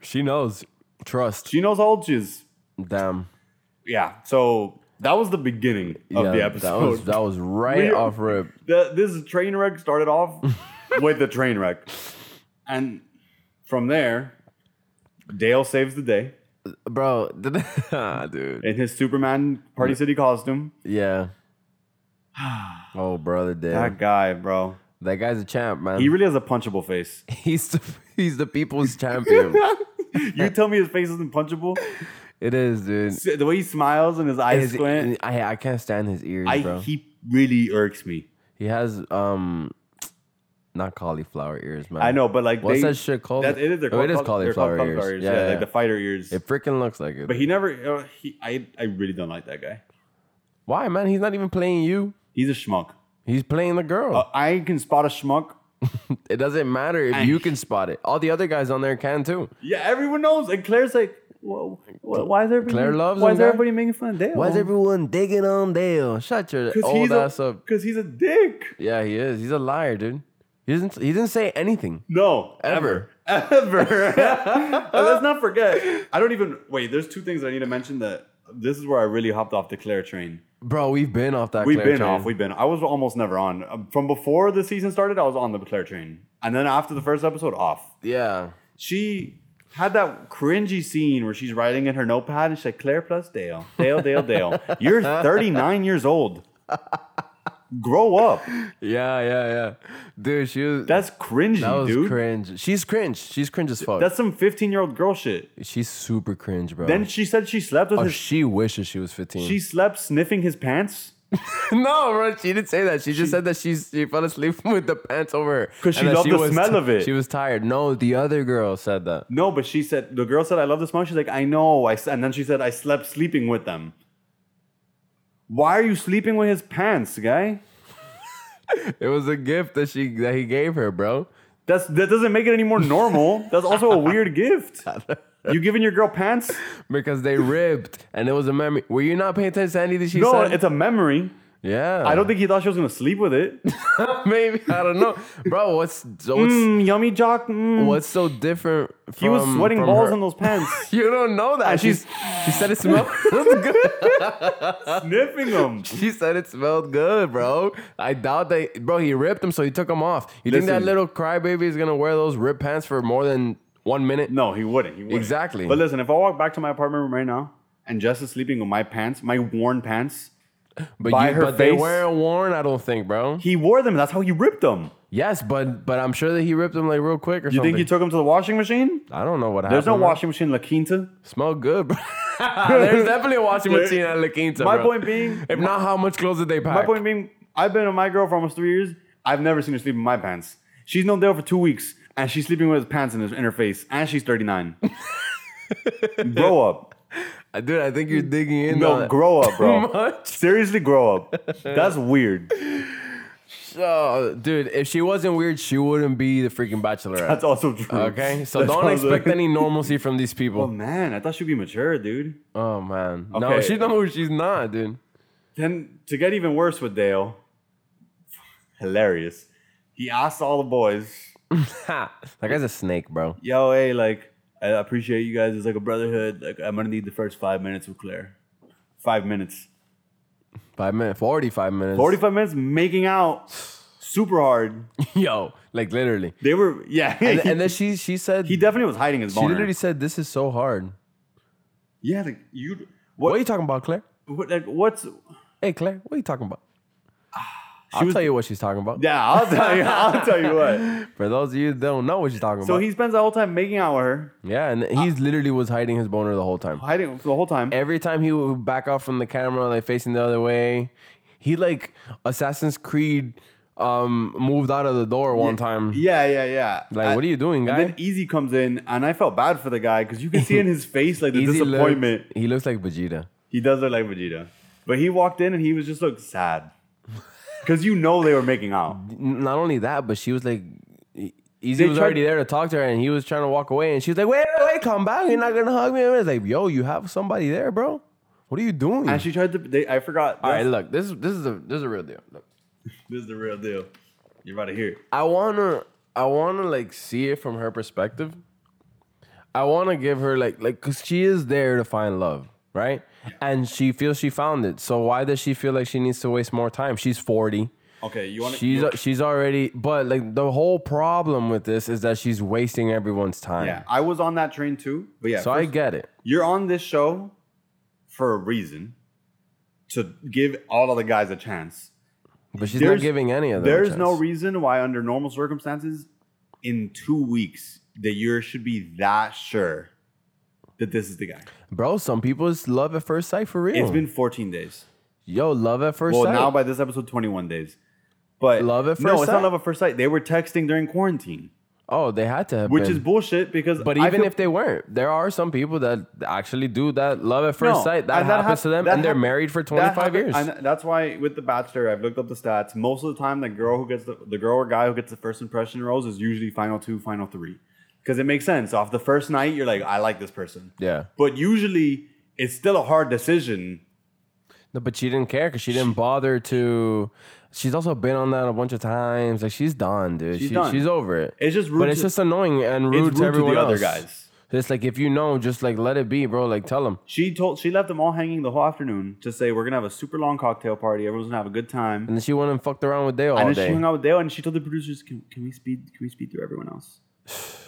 A: She knows. Trust.
B: She knows how old she is.
A: Damn.
B: Yeah. So that was the beginning of the
A: Yeah, That
B: episode.
A: was that was right
B: We-
A: off rip.
B: The- this train wreck started off with the train wreck. And from there, Dale saves the day
A: bro. ah, dude.
B: in his Superman Party City costume.
A: Yeah. Oh, brother, dude.
B: That guy, bro.
A: That guy's a champ, man.
B: He really has a punchable face.
A: he's the, he's the people's champion.
B: you tell me his face isn't punchable?
A: It is, dude.
B: S- The way he smiles and his eyes
A: His- e-,
B: squint,
A: I I can't stand his ears,
B: I,
A: bro.
B: he really irks me.
A: He has um, not cauliflower ears, man.
B: I know, but like
A: What's
B: they,
A: that shit called?
B: That, it is their
A: Oh, it is
B: cauliflower,
A: cauliflower ears.
B: Yeah,
A: Yeah, yeah.
B: like the fighter ears.
A: It freaking looks like it.
B: but he never. Uh, he, I, I really don't like that guy.
A: Why, man? He's not even playing you.
B: He's a schmuck.
A: He's playing the girl.
B: Uh, I can spot a schmuck.
A: it doesn't matter if you can spot it. All the other guys on there can too.
B: Yeah, everyone knows. And Claire's like, "Whoa, wh- why is everybody?
A: Claire loves
B: why
A: him,
B: is
A: guy.
B: everybody making fun of Dale?
A: Why is everyone digging on Dale? Shut your old ass
B: a,
A: up.
B: Because he's a dick.
A: Yeah, he is. He's a liar, dude. He didn't. He didn't say anything
B: No,
A: ever.
B: ever. And let's not forget. I don't even wait. There's two things I need to mention. That this is where I really hopped off the Claire train.
A: Bro, we've been off that.
B: We've
A: Claire
B: been
A: train.
B: off. We've been. I was almost never on. Um, From before the season started, I was on the Claire train, and then after the first episode, off.
A: yeah.
B: She had that cringy scene where she's writing in her notepad and she's like, "Claire plus Dale, Dale, Dale, Dale. You're 39 years old. Grow up.
A: Yeah, yeah, yeah. Dude, she was.
B: That's cringy,
A: that was
B: dude.
A: cringe. She's cringe. She's cringe as fuck.
B: That's some 15 year old girl shit."
A: She's super cringe, bro.
B: Then she said she slept with
A: oh,
B: his.
A: she wishes she was fifteen.
B: She slept sniffing his pants.
A: No, bro, she didn't say that. She, just said that she she fell asleep with the pants over her
B: 'Cause she
A: and that
B: loved the
A: was
B: smell of it.
A: She was tired. No, the other girl said that.
B: No, but she said the girl said I love the smell. She's like I know. I s- and then she said I slept sleeping with them. Why are you sleeping with his pants, guy?
A: It was a gift that she that he gave her, bro.
B: That's that doesn't make it any more normal. That's also a weird gift. You giving your girl pants?
A: Because they ribbed and it was a memory. Were you not paying attention to anything she
B: No,
A: said?
B: it's a memory.
A: yeah.
B: I don't think he thought she was gonna sleep with it.
A: maybe I don't know. Bro, what's so what's,
B: Mm, yummy jock. Mm.
A: what's so different from
B: He was sweating
A: from
B: balls
A: her?
B: in those pants,
A: You don't know that.
B: And
A: she's she said it smelled good.
B: sniffing them.
A: She said it smelled good, bro. I doubt that, bro. He ripped them, so he took them off. You think
B: Listen.
A: that little crybaby is gonna wear those ripped pants for more than one minute?
B: No, he wouldn't. He wouldn't.
A: Exactly.
B: But listen, if I walk back to my apartment room right now and Jess is sleeping with my pants, my worn pants,
A: but
B: by
A: you,
B: her
A: but they
B: face-
A: weren't worn, I don't think, bro.
B: he wore them. That's how he ripped them.
A: Yes, but but I'm sure that he ripped them like real quick or
B: You
A: something.
B: think he took them to the washing machine?
A: I don't know what happened.
B: There's no
A: bro.
B: washing machine, La Quinta.
A: Smelled good, bro. There's definitely a washing
B: There-
A: machine at La Quinta.
B: My
A: bro.
B: point being,
A: if not, how much clothes did they pack?
B: my point being, I've been with my girl for almost three years. I've never seen her sleep in my pants. She's known Dale for two weeks, and she's sleeping with his pants in, his, in her face, and she's 39. grow up.
A: Uh, dude, I think you're digging in. on
B: No,
A: it
B: grow up,
A: too
B: bro.
A: much.
B: Seriously, grow up. That's weird.
A: Oh, dude, if she wasn't weird, she wouldn't be the freaking Bachelorette.
B: That's also true.
A: Okay, so
B: That's
A: don't
B: also-
A: expect any normalcy from these
B: Oh
A: people.
B: man, I thought she'd be mature, dude.
A: Oh man, no,
B: Okay.
A: she's not. who She's not, dude.
B: Then to get even worse with Dale, hilarious. He asked all the boys,
A: Ha, that guy's a snake, bro.
B: "Yo, hey, like I appreciate you guys. It's like a brotherhood. Like I'm gonna need the first five minutes with Claire. Five minutes,
A: Five minutes, forty-five minutes.
B: forty-five minutes making out, super hard.
A: Yo, like literally.
B: They were, yeah.
A: And, and then she she said
B: he definitely was hiding his
A: she
B: boner.
A: literally said this is so hard.
B: yeah, like you.
A: What?
B: What?
A: are you talking about, Claire?
B: what like, what's
A: Hey, Claire, what are you talking about? I'll tell you what she's talking about.
B: Yeah, I'll tell you. I'll tell you what.
A: For those of you that don't know what she's talking
B: So
A: about.
B: he Ah. spends the whole time making out with her,
A: yeah, and he's literally was hiding his boner the whole time.
B: hiding the whole time.
A: Every time he would back off from the camera, like facing the other way, he like Assassin's Creed um moved out of the door one time.
B: Yeah, yeah, yeah.
A: Like, what are you doing,
B: And
A: guy?
B: then Easy comes in, and I felt bad for the guy because you can see in his face like the
A: Easy looked-
B: disappointment.
A: he looks like Vegeta.
B: He does look like Vegeta, but he walked in and he was just look sad because you know they were making out.
A: N- Not only that, but she was like, E- Easy
B: They
A: was
B: tried-
A: already there to talk to her, and he was trying to walk away, and she was like, "Wait, wait, wait, come back! You're not gonna hug me." And it's like, "Yo, you have somebody there, bro. What are you doing?"
B: And she tried to. They, I forgot.
A: All right,
B: this,
A: look, this is this is a this is a real deal. Look,
B: this is the real deal. You're about to hear. it.
A: I wanna I wanna like see it from her perspective. I wanna give her like like cause she is there to find love, right? And she feels she found it. So why does she feel like she needs to waste more time? She's 40.
B: Okay, you want
A: She's
B: to?
A: she's already but like the whole problem with this is that she's wasting everyone's time.
B: Yeah, I was on that train too. But yeah,
A: So I
B: first-
A: get it.
B: you're on this show for a reason to give all of the guys a chance.
A: But she's
B: There's-
A: not giving any of them. a
B: There's
A: chance.
B: no reason why, under normal circumstances, in two weeks, that you should be that sure that this is the guy.
A: Bro, some people's love at first sight for real.
B: It's been 14 days.
A: Yo, love at first
B: Well,
A: sight.
B: now by this episode, 21 days. But
A: Love at
B: no,
A: first
B: it's
A: sight?
B: not love at first sight. They were texting during quarantine,
A: oh, they had to have
B: which
A: been.
B: is bullshit because.
A: But
B: I
A: even
B: feel-
A: if they weren't, there are some people that actually do that love at first
B: No,
A: sight. That
B: and
A: happens
B: hap-
A: to them,
B: that
A: and they're
B: hap-
A: married for
B: that
A: 25
B: happen-
A: years.
B: and that's why with The Bachelor, I've looked up the stats. Most of the time, the girl who gets the, the girl or guy who gets the first impression roles is usually final two, final three, because it makes sense. Off the first night, you're like, I like this person,
A: yeah,
B: but usually it's still a hard decision.
A: no, but she didn't care because she didn't bother to. She's also been on that a bunch of times. Like she's done, dude.
B: She's
A: She-
B: done.
A: she's over it.
B: It's just rude.
A: but it's
B: to,
A: just annoying and
B: it's
A: rude, to everyone
B: the
A: else.
B: other guys.
A: It's like if you know, just like let it be, bro. Like tell them.
B: She told she left them all hanging the whole afternoon to say we're gonna have a super long cocktail party. Everyone's gonna have a good time.
A: And then she went and fucked around with Dale all
B: and then she
A: day.
B: hung out with Dale and she told the producers, "Can, can we speed? Can we speed through everyone else?"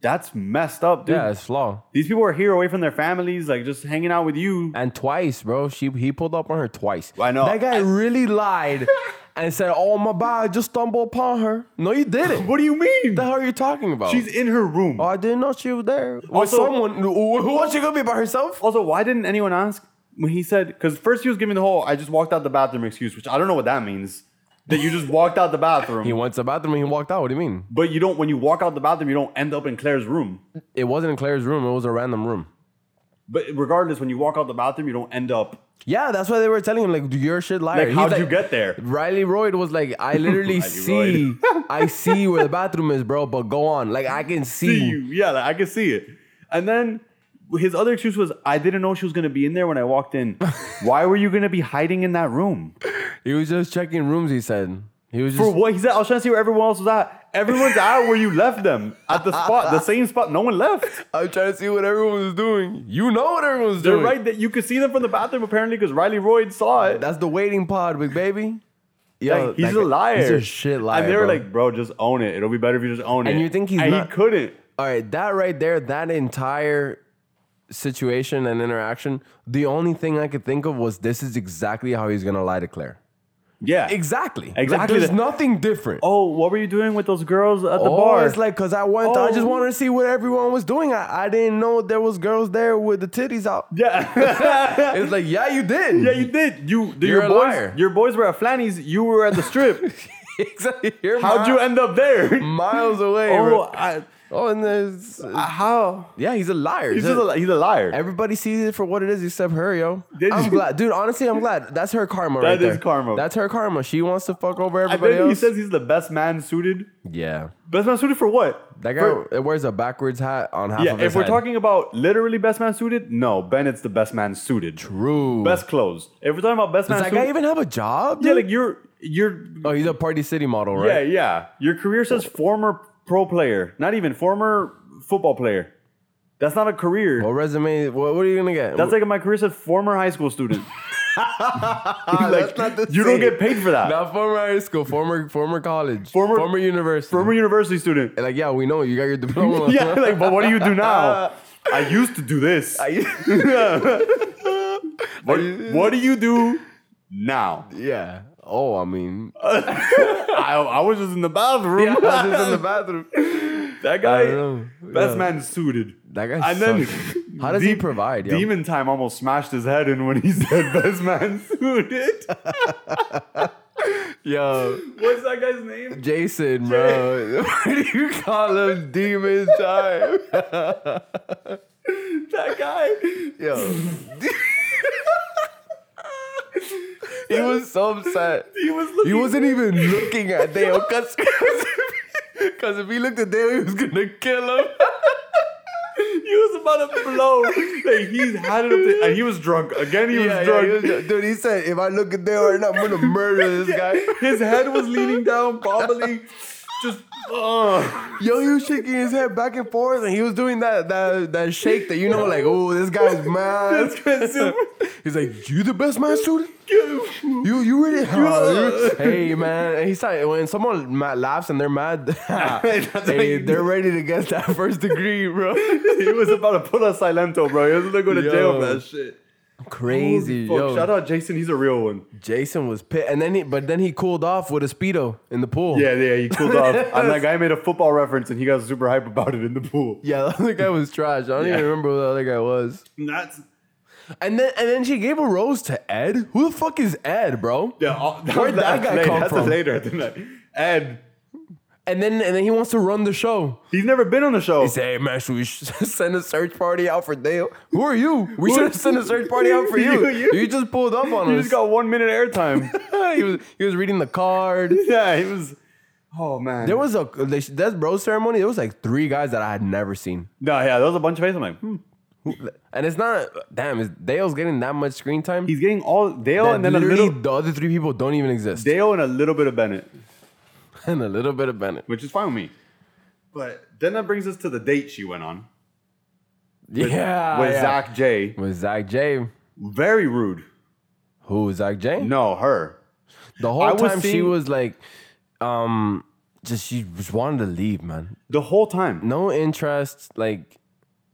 B: That's messed up, dude.
A: Yeah, it's flaw.
B: These people are here away from their families, like just hanging out with you.
A: And twice, bro. She he pulled up on her twice.
B: I know.
A: That guy really lied and said, Oh my god, I just stumbled upon her. No, you didn't.
B: What do you mean?
A: the hell are you talking about?
B: She's in her room.
A: oh, I didn't know she was there. With
B: Also-
A: someone. What's she gonna be by herself?
B: Also, why didn't anyone ask when he said? Because first he was giving the whole "I just walked out the bathroom" excuse, which I don't know what that means. That you just walked out the
A: He
B: bathroom,
A: went to the bathroom and he walked out. What do you mean?
B: but you don't. When you walk out the bathroom, you don't end up in Claire's room.
A: It wasn't in Claire's room, it was a random room.
B: But regardless, when you walk out the bathroom, you don't end up.
A: Yeah, that's why they were telling him, like, you're a shit liar.
B: Like,
A: He's
B: how'd you get there?
A: Riley Royd was like, I literally
B: Riley
A: see, I see where the bathroom is, bro, but go on. Like, I can see.
B: see you. Yeah, like, I can see it. And then his other excuse was, I didn't know she was gonna be in there when I walked in. Why were you gonna be hiding in that room?
A: He was just checking rooms, he said. He was just.
B: For what he said, I was trying to see where everyone else was at. Everyone's at where you left them at the spot, the same spot. No one left.
A: I'm trying to see what everyone was doing. You know what everyone's
B: They're
A: doing.
B: right that you could see them from the bathroom apparently because Riley Royd saw it.
A: That's the waiting pod, big baby. Yo,
B: Like, he's
A: that
B: a
A: guy-
B: liar.
A: He's a shit liar.
B: And they were
A: bro.
B: like, bro, just own it. It'll be better if you just own it.
A: And you think he's
B: and
A: not-
B: he couldn't.
A: all right, that right there, that entire situation and interaction, the only thing I could think of was this is exactly how he's gonna lie to Claire.
B: Yeah.
A: Exactly. Like,
B: Exactly
A: there's
B: the-
A: nothing different.
B: Oh, what were you doing with those girls at the
A: Oh,
B: bar?
A: it's like because I went. I just
B: Oh.
A: wanted to see what everyone was doing. I, I didn't know there was girls there with the titties out.
B: yeah.
A: It's like, yeah, you did.
B: Yeah, you did. You the,
A: You're
B: your
A: a
B: boys
A: liar.
B: your boys were at Flanny's, you were at the strip.
A: exactly. You're
B: How'd you
A: mi-
B: end up there?
A: miles away?
B: oh,
A: bro.
B: I,
A: Oh, and there's
B: I- how?
A: yeah, he's a liar.
B: He's just a, he's a liar.
A: Everybody sees it for what it is except her, yo.
B: Did
A: I'm
B: you-
A: glad, dude. Honestly, I'm glad. That's her karma. That is right
B: That
A: there.
B: is karma.
A: That's her karma. She wants to fuck over
B: I
A: everybody
B: bet he
A: else.
B: says he's the best man suited.
A: yeah,
B: Best man suited for what?
A: that guy
B: For-
A: it wears a backwards hat on half
B: yeah,
A: of his
B: if we're
A: head.
B: talking about literally best man suited, no, Bennett's the best man suited.
A: True.
B: Best clothes. If we're talking about best
A: Does
B: man
A: that guy
B: suited,
A: even have a job?
B: yeah,
A: dude?
B: like you're you're
A: oh, he's a Party City model,
B: yeah
A: right?
B: yeah. Your career says former pro player, not even former football player. That's not a career.
A: What resume? What, what are you gonna get?
B: That's like my career said former high school student. like, you don't get paid for that.
A: Not former high school, former former college,
B: Former-
A: former university.
B: Former university student.
A: like yeah, we know you got your diploma.
B: yeah, like, but what do you do now? I used to do this. what, what do you do now?
A: yeah. Oh, I mean,
B: I, I was just in the bathroom.
A: I was just in the bathroom.
B: that
A: I
B: guy,
A: don't know.
B: that's
A: Yeah.
B: man suited.
A: That guy
B: And then,
A: sucks. How does he
B: Deep-
A: provide? Yo?
B: Demon Time almost smashed his head in when he said best man suited.
A: Yo,
B: What's that guy's name?
A: Jason, bro. Why do you call him Demon Time?
B: That guy.
A: Yo. he was so upset.
B: He was looking.
A: He wasn't even looking at Dale because because if he looked at Dale, he was gonna kill him.
B: He was about to blow. like he had it up to, and he was drunk again. He was
A: Yeah, yeah,
B: drunk.
A: he was drunk. dude, he said, if I look at Dale right now, I'm gonna murder this guy.
B: His head was leaning down, probably just. Uh.
A: Yo, he was shaking his head back and forth, and he was doing that that that shake that you know, like, oh, this guy's mad.
B: This guy's super-
A: He's like, you the best man student. You you really? Oh, hey man, and he's like, when someone ma- laughs and they're mad,
B: That's what
A: hey,
B: you
A: they're ready to get that first degree, bro.
B: he was about to put us silento, bro. He was gonna go to jail
A: Yo.
B: for that shit.
A: Crazy,
B: Fuck,
A: yo.
B: Shout out Jason, he's a real one.
A: Jason was pit, and then he, but then he cooled off with a speedo in the pool.
B: Yeah, yeah, he cooled off. And that guy made a football reference and he got super hype about it in the pool.
A: yeah. The other guy was trash. I don't
B: Yeah.
A: even remember who the other guy was.
B: That's
A: And then and then she gave a rose to Ed. Who the fuck is Ed, bro?
B: yeah, uh, all-
A: Where'd that guy
B: later,
A: come
B: that's
A: from?
B: later than that. Ed,
A: And then and then he wants to run the show.
B: he's never been on the show.
A: He said, "Hey man, should we sh- send a search party out for Dale? Who are you? We should have sent a search party out for you.
B: You- you-
A: You just pulled up on
B: He
A: us.
B: just got one minute airtime.
A: he was he was reading the card.
B: yeah, he was. Oh man,
A: There was a they- that bro ceremony. There was like three guys that I had never seen,
B: no, yeah, there was a bunch of faces. I'm like, hmm.
A: and it's not damn. Is Dale's getting that much screen time?
B: he's getting all Dale
A: that
B: and then a
A: literally
B: little
A: the other three people don't even exist,
B: Dale and a little bit of Bennett,
A: and a little bit of Bennett.
B: which is fine with me. But then that brings us to the date she went on
A: yeah,
B: with
A: Ah, yeah.
B: Zach J.
A: with Zach J.
B: Very rude.
A: Who is Zach J?
B: No, her.
A: The whole
B: I was
A: time she
B: seeing-
A: was like, um, just she just wanted to leave, man.
B: The whole time.
A: No interest. Like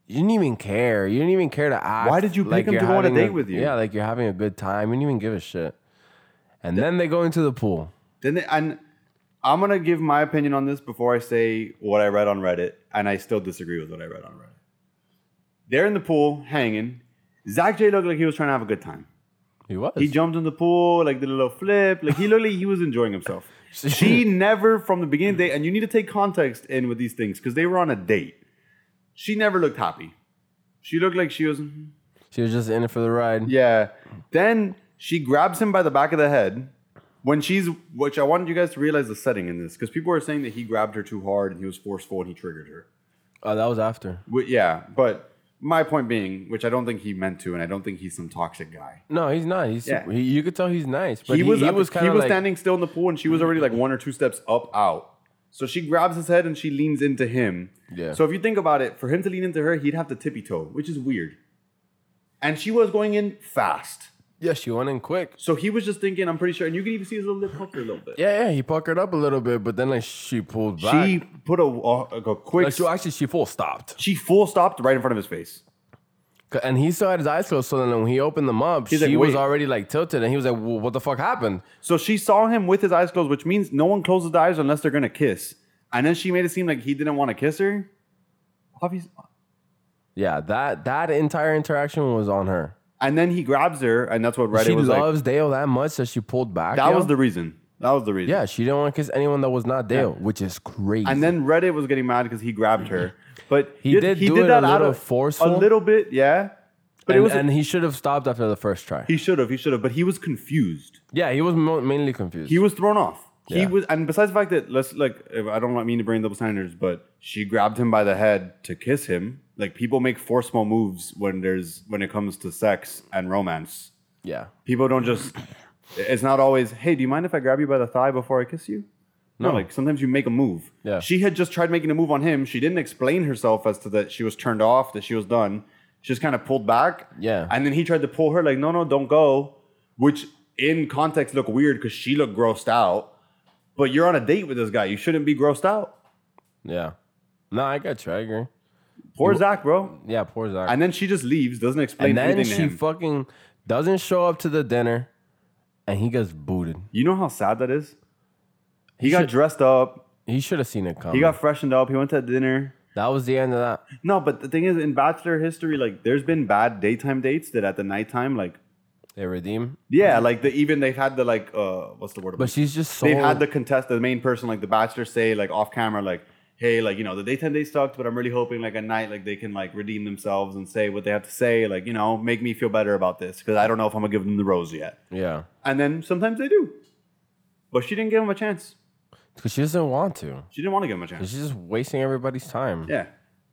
A: you didn't even care. You didn't even care to ask.
B: Why did you pick
A: like,
B: him
A: you're
B: to go on a
A: having
B: date with you?
A: Yeah, like you're having a good time. You didn't even give a shit. And then they go into the pool.
B: Then they- and I'm gonna give my opinion on this before I say what I read on Reddit, and I still disagree with what I read on Reddit. They're in the pool hanging. Zach J looked like he was trying to have a good time.
A: He was.
B: He jumped in the pool, like did a little flip. Like he literally he was enjoying himself. She never from the beginning day, and you need to take context in with these things because they were on a date. She never looked happy. She looked like she was "Mhm."
A: she was just in it for the ride.
B: Yeah. Then she grabs him by the back of the head when she's, which I wanted you guys to realize the setting in this because people are saying that he grabbed her too hard and he was forceful and he triggered her.
A: Oh, that was after.
B: Wh- yeah. But my point being, which I don't think he meant to, and I don't think he's some toxic guy.
A: No, he's not. He's
B: Yeah.
A: super, he, you could tell he's nice, but
B: He, was,
A: he
B: at the-
A: was kind
B: he
A: of
B: was
A: like
B: standing still in the pool and she was already like one or two steps up out. So she grabs his head and she leans into him.
A: Yeah.
B: So if you think about it, for him to lean into her, he'd have to tippy toe, which is weird. And she was going in fast.
A: yeah, she went in quick.
B: So he was just thinking, I'm pretty sure, and you can even see his little lip pucker a little bit.
A: Yeah, yeah, he puckered up a little bit, but then like she pulled back.
B: She put a, a, a quick.
A: like, she actually she full stopped.
B: she full stopped right in front of his face.
A: C- And he still had his eyes closed. So then when he opened them up,
B: He's
A: she
B: like,
A: was
B: "Wait."
A: already like tilted. And he was like, well, what the fuck happened?
B: So she saw him with his eyes closed, which means no one closes their eyes unless they're gonna kiss. And then she made it seem like he didn't want to kiss her. Obviously.
A: Yeah, that that entire interaction was on her.
B: And then he grabs her, and that's what Reddit
A: she
B: was like.
A: loves Dale that much that she pulled back.
B: That
A: yo.
B: was the reason. That was the reason.
A: yeah. She didn't want to kiss anyone that was not Dale, which is crazy.
B: And then Reddit was getting mad because he grabbed her, but
A: He did do it a little forceful.
B: a little bit, yeah. But it
A: And-
B: was.
A: and he should have stopped after the first try.
B: he should have. He should have. But he was confused.
A: yeah, he was mo- mainly confused.
B: he was thrown off. He
A: Yeah.
B: was, and besides the fact that let's like, if I don't mean to bring double standards, but she grabbed him by the head to kiss him. Like people make forceful moves when there's when it comes to sex and romance.
A: yeah.
B: People don't just. It's not always, hey, do you mind if I grab you by the thigh before I kiss you? No, like sometimes you make a move.
A: Yeah.
B: She had just tried making a move on him. She didn't explain herself as to that she was turned off, that she was done. She just kind of pulled back.
A: Yeah.
B: And then he tried to pull her, like, no, no, don't go. Which in context looked weird because she looked grossed out. But you're on a date with this guy. You shouldn't be grossed out.
A: Yeah. No, I got you. I agree.
B: Poor Zach, bro.
A: Yeah, poor Zach.
B: And then she just leaves, doesn't explain
A: and then
B: anything to
A: she
B: him.
A: fucking doesn't show up to the dinner and he gets booted.
B: You know how sad that is? He, Um,
A: He
B: got
A: should-
B: dressed up.
A: He should have seen it coming.
B: He got freshened up. He went to dinner.
A: that was the end of that.
B: No, but the thing is, in bachelor history, like there's been bad daytime dates that at the nighttime, like
A: They redeem,
B: yeah, like the even they've had the like uh what's the word?
A: Mm-hmm. but she's just so.
B: they've had the contest, the main person, like the bachelor, say like off camera, like hey, like you know the daytime dates sucked, but I'm really hoping like at night, like they can like redeem themselves and say what they have to say, like you know make me feel better about this because I don't know if I'm gonna give them the rose yet.
A: yeah,
B: And then sometimes they do, but she didn't give him a chance.
A: because she doesn't want to.
B: She didn't want to give him a chance.
A: She's just wasting everybody's time.
B: Yeah,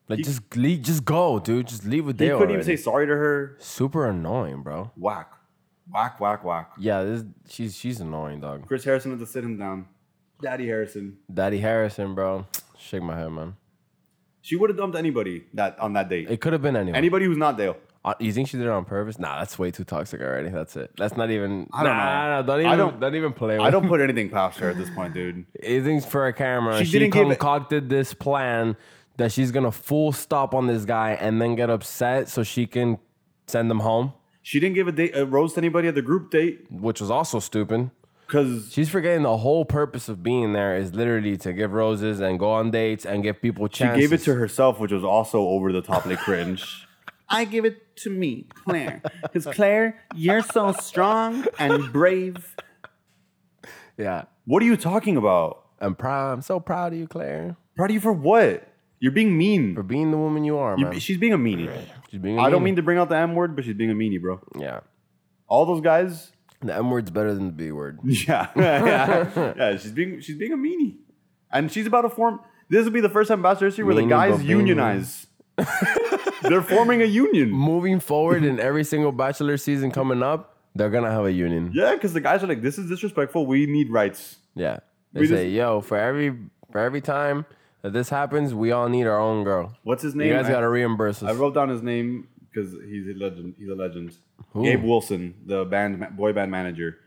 A: like just leave, just go, dude. Just leave with
B: he
A: Dale.
B: couldn't even
A: already.
B: say sorry to her.
A: Super annoying, bro.
B: Whack, whack, whack, whack.
A: Yeah, this, she's she's annoying, dog.
B: Chris Harrison had to sit him down. Daddy Harrison.
A: Daddy Harrison, bro. Shake my head, man.
B: She would have dumped anybody that on that date.
A: It could have been anyone.
B: Anybody who's not Dale.
A: Uh, you think she did it on purpose? Nah, that's way too toxic already. That's it. That's not even.
B: I don't
A: nah,
B: know.
A: nah, don't even.
B: I don't-
A: don't even play. With
B: I don't put anything past her at this point, dude.
A: It thinks for a camera.
B: She
A: She,
B: didn't give it-
A: concocted this plan that she's gonna full stop on this guy and then get upset so she can send them home,
B: She didn't give a date a rose to anybody at the group date
A: which was also stupid.
B: because
A: She's forgetting the whole purpose of being there is literally to give roses and go on dates and give people
B: she
A: chances.
B: gave it to herself, which was also over the top like cringe. I give it to me, Claire. Because Claire, you're so strong and brave.
A: Yeah,
B: What are you talking about?
A: I'm proud. I'm so proud of you, Claire,
B: Proud of you for what? You're being mean.
A: for being the woman you are,
B: You-
A: man.
B: she's being a meanie.
A: She's being. a
B: I don't
A: meanie.
B: mean to bring out the M word, but she's being a meanie, bro.
A: Yeah,
B: All those guys,
A: the M word's better than the B word.
B: Yeah, yeah, yeah. She's being she's being a meanie, and she's about to form. This will be the first time in Bachelor history where the
A: Meanie
B: guys
A: babini.
B: unionize. They're forming a union.
A: Moving forward in every single Bachelor season coming up, they're gonna have a union.
B: Yeah, because the guys are like, "This is disrespectful. We need rights."
A: Yeah. They
B: We
A: say, yo, for every for every time that this happens, we all need our own girl.
B: What's his name?
A: You guys
B: I,
A: gotta reimburse us.
B: I wrote down his name because he's a legend. He's a legend.
A: Who?
B: Gabe Wilson, the band ma- boy band manager,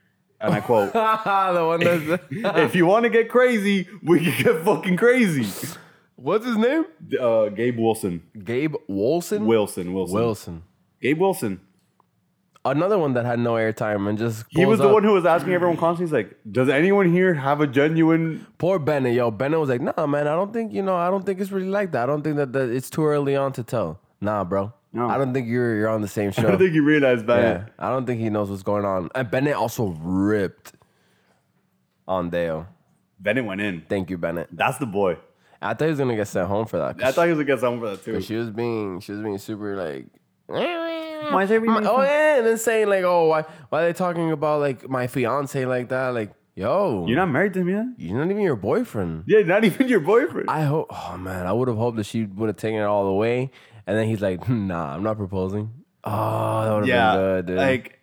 B: and I quote:
A: the one that's
B: "If you want to get crazy, we can get fucking crazy."
A: what's his name?
B: Uh, Gabe Wilson,
A: Gabe Wilson.
B: Wilson, Wilson,
A: Wilson.
B: Gabe Wilson.
A: Another one that had no airtime and just
B: He
A: pulls
B: was the
A: up.
B: one who was asking everyone constantly. He's like, "Does anyone here have a genuine?"
A: Poor Bennett, yo. Bennett was like, nah, man, I don't think you know. I don't think it's really like that. I don't think that, that it's too early on to tell. Nah, bro.
B: No.
A: I don't think you're you're on the same
B: I
A: show.
B: don't think you realize
A: yeah,
B: that.
A: I don't think he knows what's going on. And Bennett also ripped on Dale.
B: Bennett went in.
A: Thank you, Bennett.
B: That's the boy.
A: I thought he was gonna get sent home for that. 'cause
B: I thought he was gonna get someone for that too.
A: she was being she was being super like. Why
B: is everybody-
A: Oh yeah, and then saying like, oh, why why are they talking about like my fiance like that? Like, yo,
B: You're not married to him yet.
A: you're not even your boyfriend.
B: Yeah, not even your boyfriend.
A: I hope. Oh man, I would have hoped that she would have taken it all the way, and then he's like, "Hmm, nah, I'm not proposing. Oh, that would have
B: yeah,
A: been good, dude.
B: like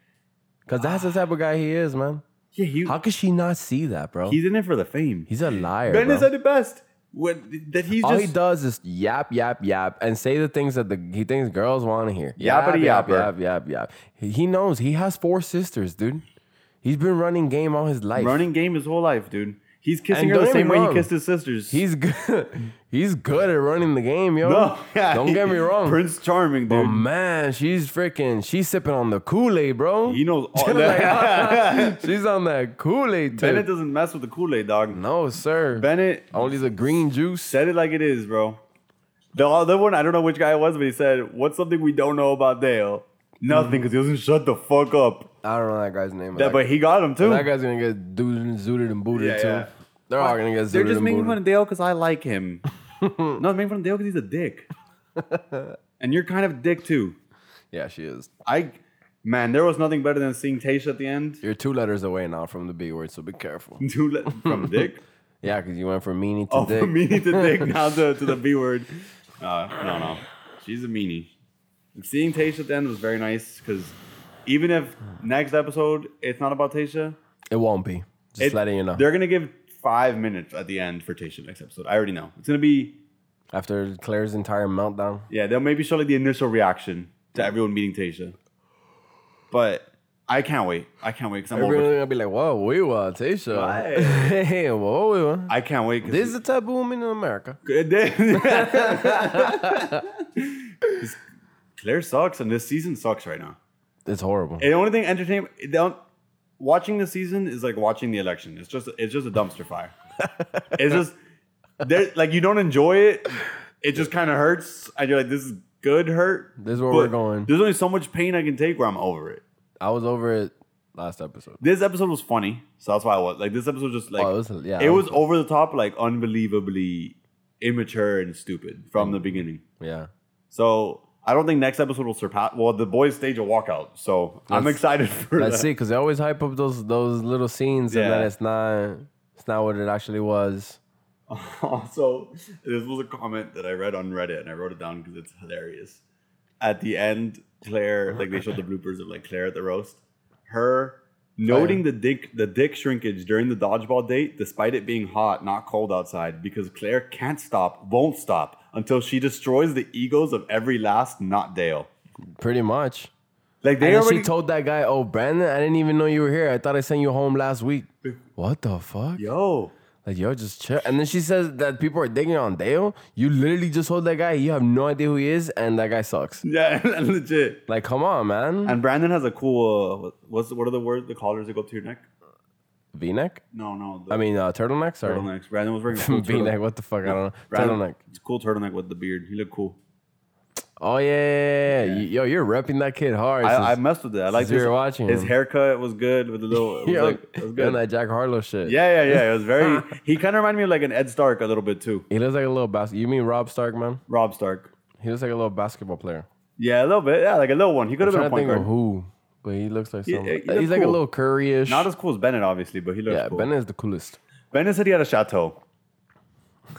A: Cause that's the type of guy he is, man.
B: yeah, he,
A: How could she not see that, bro? He's,
B: he's in it for the fame.
A: a liar.
B: Ben
A: bro.
B: is at the best. When that he's
A: All
B: just
A: he does is yap, yap, yap, and say the things that the he thinks girls want to hear.
B: Yappity
A: yap,
B: yapper.
A: yap, yap, yap. He, he knows he has four sisters, dude. He's been running game all his life.
B: running game his whole life, dude. He's kissing
A: And
B: her the
A: don't get
B: same
A: me
B: way he
A: wrong.
B: kissed his sisters.
A: He's good. He's good at running the game, yo.
B: no, yeah,
A: Don't get me wrong.
B: Prince Charming,
A: But
B: dude.
A: Oh, man, she's freaking. She's sipping on the Kool Aid, bro.
B: he knows all that.
A: Like, she's on that Kool Aid
B: Bennett
A: tip.
B: doesn't mess with the Kool Aid, dog.
A: No, sir.
B: Bennett
A: Only the green juice.
B: Said it like it is, bro. The other one, I don't know which guy it was, but he said, What's something we don't know about Dale?
A: Mm-hmm.
B: Nothing, because he doesn't shut the fuck up.
A: I don't know that guy's name. but
B: That,
A: that,
B: but he got him too.
A: that guy's gonna get doo- zooted and booted
B: Yeah,
A: too.
B: yeah.
A: They're all gonna get zooted
B: They're just
A: and
B: making
A: booted.
B: fun of Dale because I like him. no, they're making fun of Dale because he's a dick. and you're kind of a dick too.
A: Yeah, she is.
B: I, man, there was nothing better than seeing Tasha at the end.
A: You're two letters away now from the B word, so be careful.
B: Two le- from dick?
A: Yeah, because you went from meanie to
B: Mm. Oh,
A: dick.
B: from meanie to dick, now to, to the B word. Uh, no, no. She's a meanie. Seeing Tasha at the end was very nice because even if next episode it's not about Tasha,
A: It won't be. Just
B: it-
A: letting you know.
B: they're going to give five minutes at the end for Tasha next episode. I already know. It's going to be,
A: After Claire's entire meltdown,
B: yeah, they'll maybe show like the initial reaction to everyone meeting Tasha. But I can't wait. I can't wait because I'm
A: everyone's
B: over.
A: gonna be like, "Whoa, we were
B: Right.
A: Tisha. hey, whoa, we were."
B: I can't wait. 'cause-
A: This is the type of woman in America.
B: Claire sucks and this season sucks right now.
A: It's horrible.
B: The only thing entertainment, the, on- watching the season is like watching the election. It's just it's just a dumpster fire. it's just there like you don't enjoy it. It just kind of hurts. And you're like, this is good hurt.
A: This is where
B: but
A: we're going.
B: There's only so much pain I can take where I'm over it.
A: I was over it last episode.
B: This episode was funny, so that's why I was like, this episode just like
A: oh, it was yeah.
B: it was over the top, like unbelievably immature and stupid from the beginning.
A: yeah.
B: So I don't think next episode will surpass. Well, the boys stage a walkout, so I'm
A: Let's-
B: excited for
A: Let's
B: that.
A: see, because they always hype up those those little scenes, and then
B: Yeah.
A: it's not it's not what it actually was.
B: Also, this was a comment that I read on Reddit, and I wrote it down because it's hilarious. At the end, Claire, like they showed the bloopers of like Claire at the roast, her noting the dick the dick shrinkage during the dodgeball date, despite it being hot, not cold outside, because Claire can't stop, won't stop until she destroys the egos of every last not Dale.
A: Pretty much.
B: Like
A: And
B: they
A: then
B: already
A: she told that guy, "Oh, Brandon, I didn't even know you were here. I thought I sent you home last week." What the fuck?
B: yo.
A: Like, yo, just chill. And then she says that people are digging on Dale. You literally just told that guy. You have no idea who he is, and that guy sucks.
B: Yeah, legit.
A: Like, come on, man.
B: And Brandon has a cool. Uh, what- what's what are the words? The collars that go up to your neck?
A: V-neck.
B: No, no. The
A: I mean, uh, turtleneck. Sorry,
B: turtlenecks. Brandon was wearing a cool
A: V-neck.
B: turtleneck.
A: What the fuck? I don't know.
B: Brandon-
A: Turtleneck.
B: It's a cool turtleneck with the beard. He looked cool.
A: Oh yeah, yeah, yeah, yeah. yo, you're repping that kid hard.
B: I, I
A: since-
B: messed with that. I like
A: since we were watching
B: His
A: him.
B: haircut was good with the little. It was
A: yo,
B: like, it was
A: doing
B: good.
A: that Jack Harlow shit.
B: Yeah, yeah, yeah. It was very. he kind of reminded me of like an Ed Stark a little bit too.
A: He looks like a little bas. You mean Rob Stark, man?
B: Rob Stark.
A: He looks like a little basketball player.
B: Yeah, a little bit. Yeah, like a little one. He could
A: I'm
B: have been
A: trying to
B: a
A: think
B: point
A: of
B: guard.
A: who, but he looks like
B: Yeah,
A: some.
B: he
A: he's
B: looked
A: like a
B: cool.
A: little curryish.
B: Not as cool as Bennett, obviously, but he looks
A: yeah,
B: cool.
A: Ben is the coolest.
B: Bennett said he had a chateau,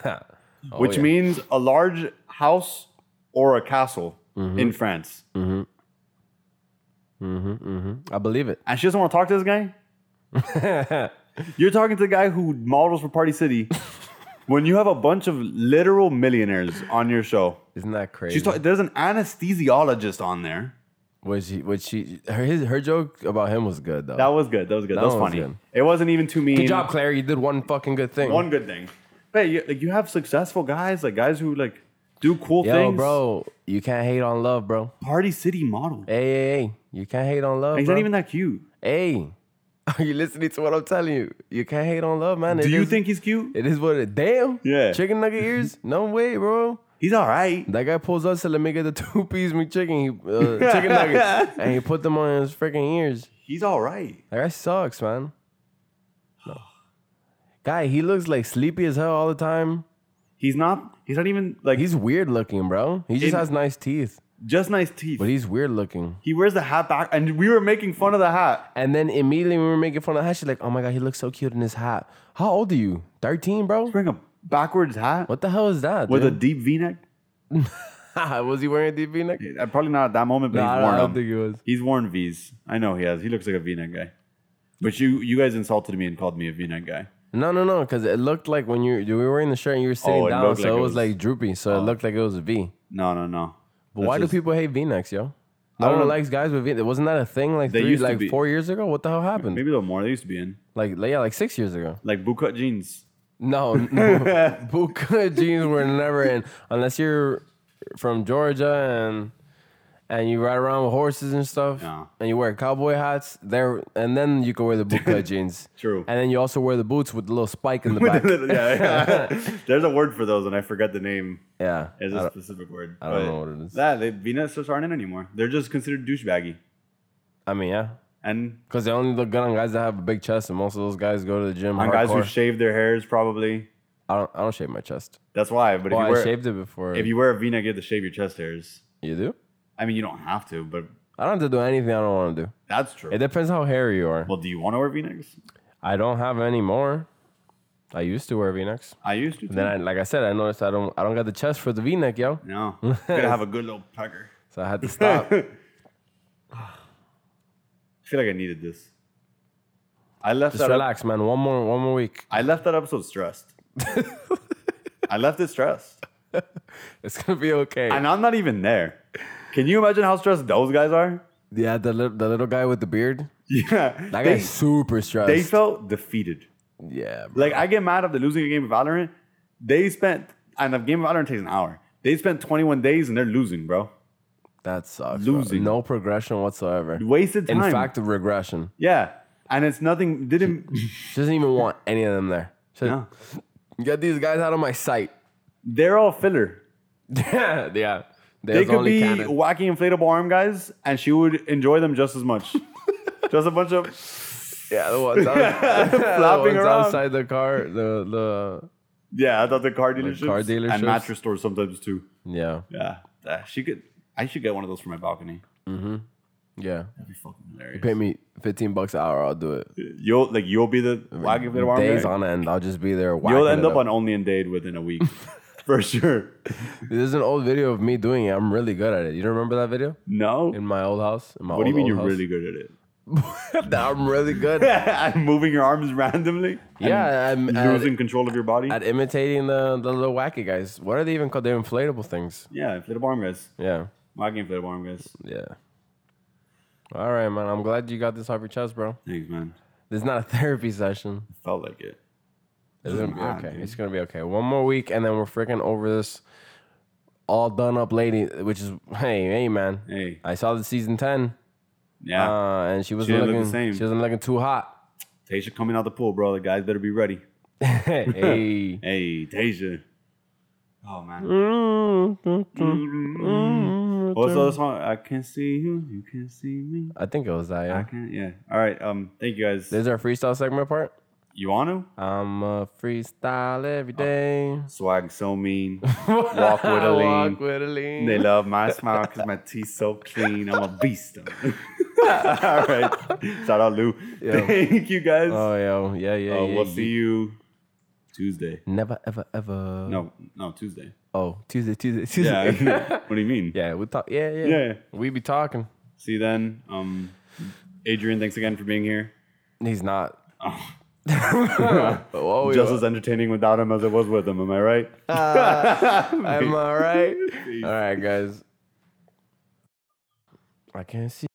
A: Oh,
B: which
A: yeah.
B: means a large house or a castle
A: Mm-hmm.
B: in France.
A: I believe it.
B: And she doesn't want to talk to this guy. You're talking to the guy who models for Party City when you have a bunch of literal millionaires on your show.
A: Isn't that crazy?
B: She's talk- there's an anesthesiologist on there.
A: which she, which she, her, his, her joke about him was good though.
B: That was good. That was good. That,
A: That
B: was
A: one was
B: funny.
A: good.
B: It wasn't even too mean.
A: good job, Claire. You did one fucking good thing.
B: One good thing. Hey, you, like you have successful guys, like guys who like do cool
A: Yo,
B: things.
A: bro, you can't hate on love, bro.
B: Party City model.
A: Hey, hey, hey, you can't hate on love.
B: He's
A: bro.
B: not even that cute.
A: hey, are you listening to what I'm telling you? You can't hate on love, man.
B: Do
A: It
B: you
A: is-
B: think he's cute?
A: it is what it? Damn.
B: Yeah.
A: Chicken nugget ears? No way, bro.
B: He's all right.
A: That guy pulls up to let me get the two piece McChicken, he, uh, chicken nuggets, and he put them on his freaking ears.
B: He's all right.
A: That guy sucks, man. No. Guy, he looks like sleepy as hell all the time.
B: He's not. He's not even like he's
A: He's weird looking, bro. He just
B: In-
A: has nice teeth,
B: just nice teeth.
A: but he's weird looking.
B: he wears the hat back, and we were making fun of the hat.
A: And then immediately when we were making fun of Hat, she's like, oh my God, he looks so cute in his hat. How old are you? 13, bro?
B: wearing a backwards hat
A: What the hell is that?
B: with a
A: dude?
B: deep V-neck.
A: was he wearing a DB neck?
B: Uh, Probably not at that moment, but
A: Nah,
B: he's
A: I
B: worn
A: don't
B: them.
A: think it was.
B: He's worn V's. I know he has. He looks like a V-neck guy. But you, you guys insulted me and called me a V-neck guy.
A: No, no, no, because it looked like when you, you were wearing the shirt and you were sitting
B: Oh, it
A: down,
B: looked
A: so
B: like
A: it
B: it
A: was
B: was-
A: like droopy, so it looked like it was a V.
B: No, no, no.
A: But
B: That's
A: why
B: just-
A: do people hate V necks, yo?
B: I
A: No
B: don't
A: one
B: know.
A: likes guys with V. Wasn't that a thing like
B: They
A: three,
B: used to
A: like
B: be.
A: four years ago? What the hell happened?
B: Maybe a little more. They used to be in
A: Like yeah, like six years ago.
B: like bootcut jeans.
A: No, no Buka jeans were never in unless you're from Georgia and and you ride around with horses and stuff,
B: Yeah.
A: and you wear cowboy hats. There and then you can wear the Buka jeans.
B: True.
A: And then you also wear the boots with the little spike in the back.
B: yeah, yeah. There's a word for those, and I forgot the name.
A: yeah.
B: It's
A: I
B: a
A: don't-
B: specific word.
A: I don't
B: but
A: know what it is.
B: Yeah, they, V-necks just aren't in anymore. They're just considered douchebaggy.
A: I mean, yeah.
B: And
A: Because they only look good on guys that have a big chest, and most of those guys go to the gym.
B: on guys who
A: hardcore.
B: shave their hairs, probably.
A: I don't. I don't shave my chest.
B: That's why. But
A: Well,
B: if you wear
A: I shaved it before.
B: if you wear a V-neck, you have to shave your chest hairs.
A: You do?
B: I mean, you don't have to, but
A: I don't have to do anything I don't want to do.
B: that's true.
A: It depends how hairy you are.
B: well, do you want to wear V-necks?
A: I don't have any more. I used to wear V-necks.
B: I used to.
A: Then, I,
B: too.
A: like I said, I noticed I don't. I don't got the chest for the V-neck, yo.
B: no, you gotta have a good little pucker.
A: So I had to stop.
B: I feel like I needed this. I left
A: Just
B: that. ep-
A: relax, man. One more. One more week.
B: I left that episode stressed. I left it stressed,
A: It's gonna be okay.
B: and I'm not even there. Can you imagine how stressed those guys are?
A: Yeah, the little the little guy with the beard.
B: Yeah,
A: That
B: they,
A: guy's super stressed.
B: they felt defeated.
A: yeah. Bro.
B: Like I get mad after losing a game of Valorant. They spent, and a game of Valorant takes an hour. They spent 21 days and they're losing, bro.
A: that sucks. bro.
B: losing.
A: No progression whatsoever.
B: Wasted time.
A: In fact, regression.
B: Yeah. and it's nothing. Didn't
A: She doesn't even want any of them there. She said,
B: no.
A: Get these guys out of my sight.
B: they're all filler.
A: yeah, yeah.
B: They
A: There's
B: could
A: only
B: be
A: Canon.
B: wacky inflatable arm guys, and she would enjoy them just as much. just a bunch of
A: yeah, the ones, out, the
B: flopping
A: ones
B: around.
A: outside the car. The the
B: Yeah, I thought the car dealerships,
A: car dealerships.
B: and mattress stores sometimes too.
A: yeah
B: Yeah, Uh, she could. I should get one of those for my balcony.
A: yeah.
B: That'd be fucking hilarious.
A: Pay me fifteen bucks an hour. I'll do it.
B: You'll like you'll be the wacky inflatable arm
A: Days
B: guy.
A: on end. I'll just be there.
B: You'll
A: whacking
B: end
A: it
B: up on only and date within a week, for sure.
A: There's an old video of me doing it. I'm really good at it. You don't remember that video
B: No.
A: in my old house? In my
B: What do you mean
A: old,
B: you're
A: old
B: really good at it?
A: house. I'm really good.
B: I'm moving your arms randomly. and
A: yeah, uh, I'm at,
B: losing control of your body.
A: at imitating the the little wacky guys. What are they even called? They're inflatable things.
B: yeah, inflatable arm guys.
A: Yeah,
B: Wacky inflatable arm guys.
A: yeah. All right, man. I'm glad you got this off your chest, bro.
B: Thanks, man.
A: This is not a therapy session.
B: Felt like it.
A: It's gonna be
B: Nah,
A: okay.
B: dude.
A: It's gonna be okay. One more week, and then we're freaking over this all done up lady, which is hey, hey, man.
B: Hey,
A: I saw the season ten,
B: yeah.
A: uh, and she wasn't
B: didn't look the
A: looking.
B: same.
A: She wasn't looking too hot.
B: Tasha coming out the pool, bro. The guys better be ready.
A: hey.
B: Hey, Tasha. Oh man.
A: Mm-hmm.
B: What's the
A: I
B: other song? I can see you, you can see me.
A: think it was that.
B: I
A: Yeah.
B: can. Yeah. All right. Um. Thank you guys.
A: There's our freestyle segment part.
B: you want to?
A: I'm a freestyle every day.
B: Swag so mean.
A: Walk
B: with a lean.
A: Walk with a lean.
B: They love my smile because my teeth so clean. I'm a beast. All right. Shout out Lou.
A: Yeah.
B: Thank you guys.
A: Oh yo, yeah, yeah,
B: Uh,
A: yeah.
B: we'll
A: yeah.
B: see you Tuesday.
A: Never, ever, ever.
B: No, no, Tuesday.
A: Oh, Tuesday, Tuesday, Tuesday.
B: Yeah. what do you mean?
A: Yeah, we talk. Yeah, yeah,
B: Yeah.
A: We be talking.
B: See you then. Um, Adrian, thanks again for being here.
A: He's not.
B: Oh,
A: Oh, we-
B: just as entertaining without him as it was with him. Am I right?
A: I'm all right.
B: Peace.
A: all right, guys. I can't see.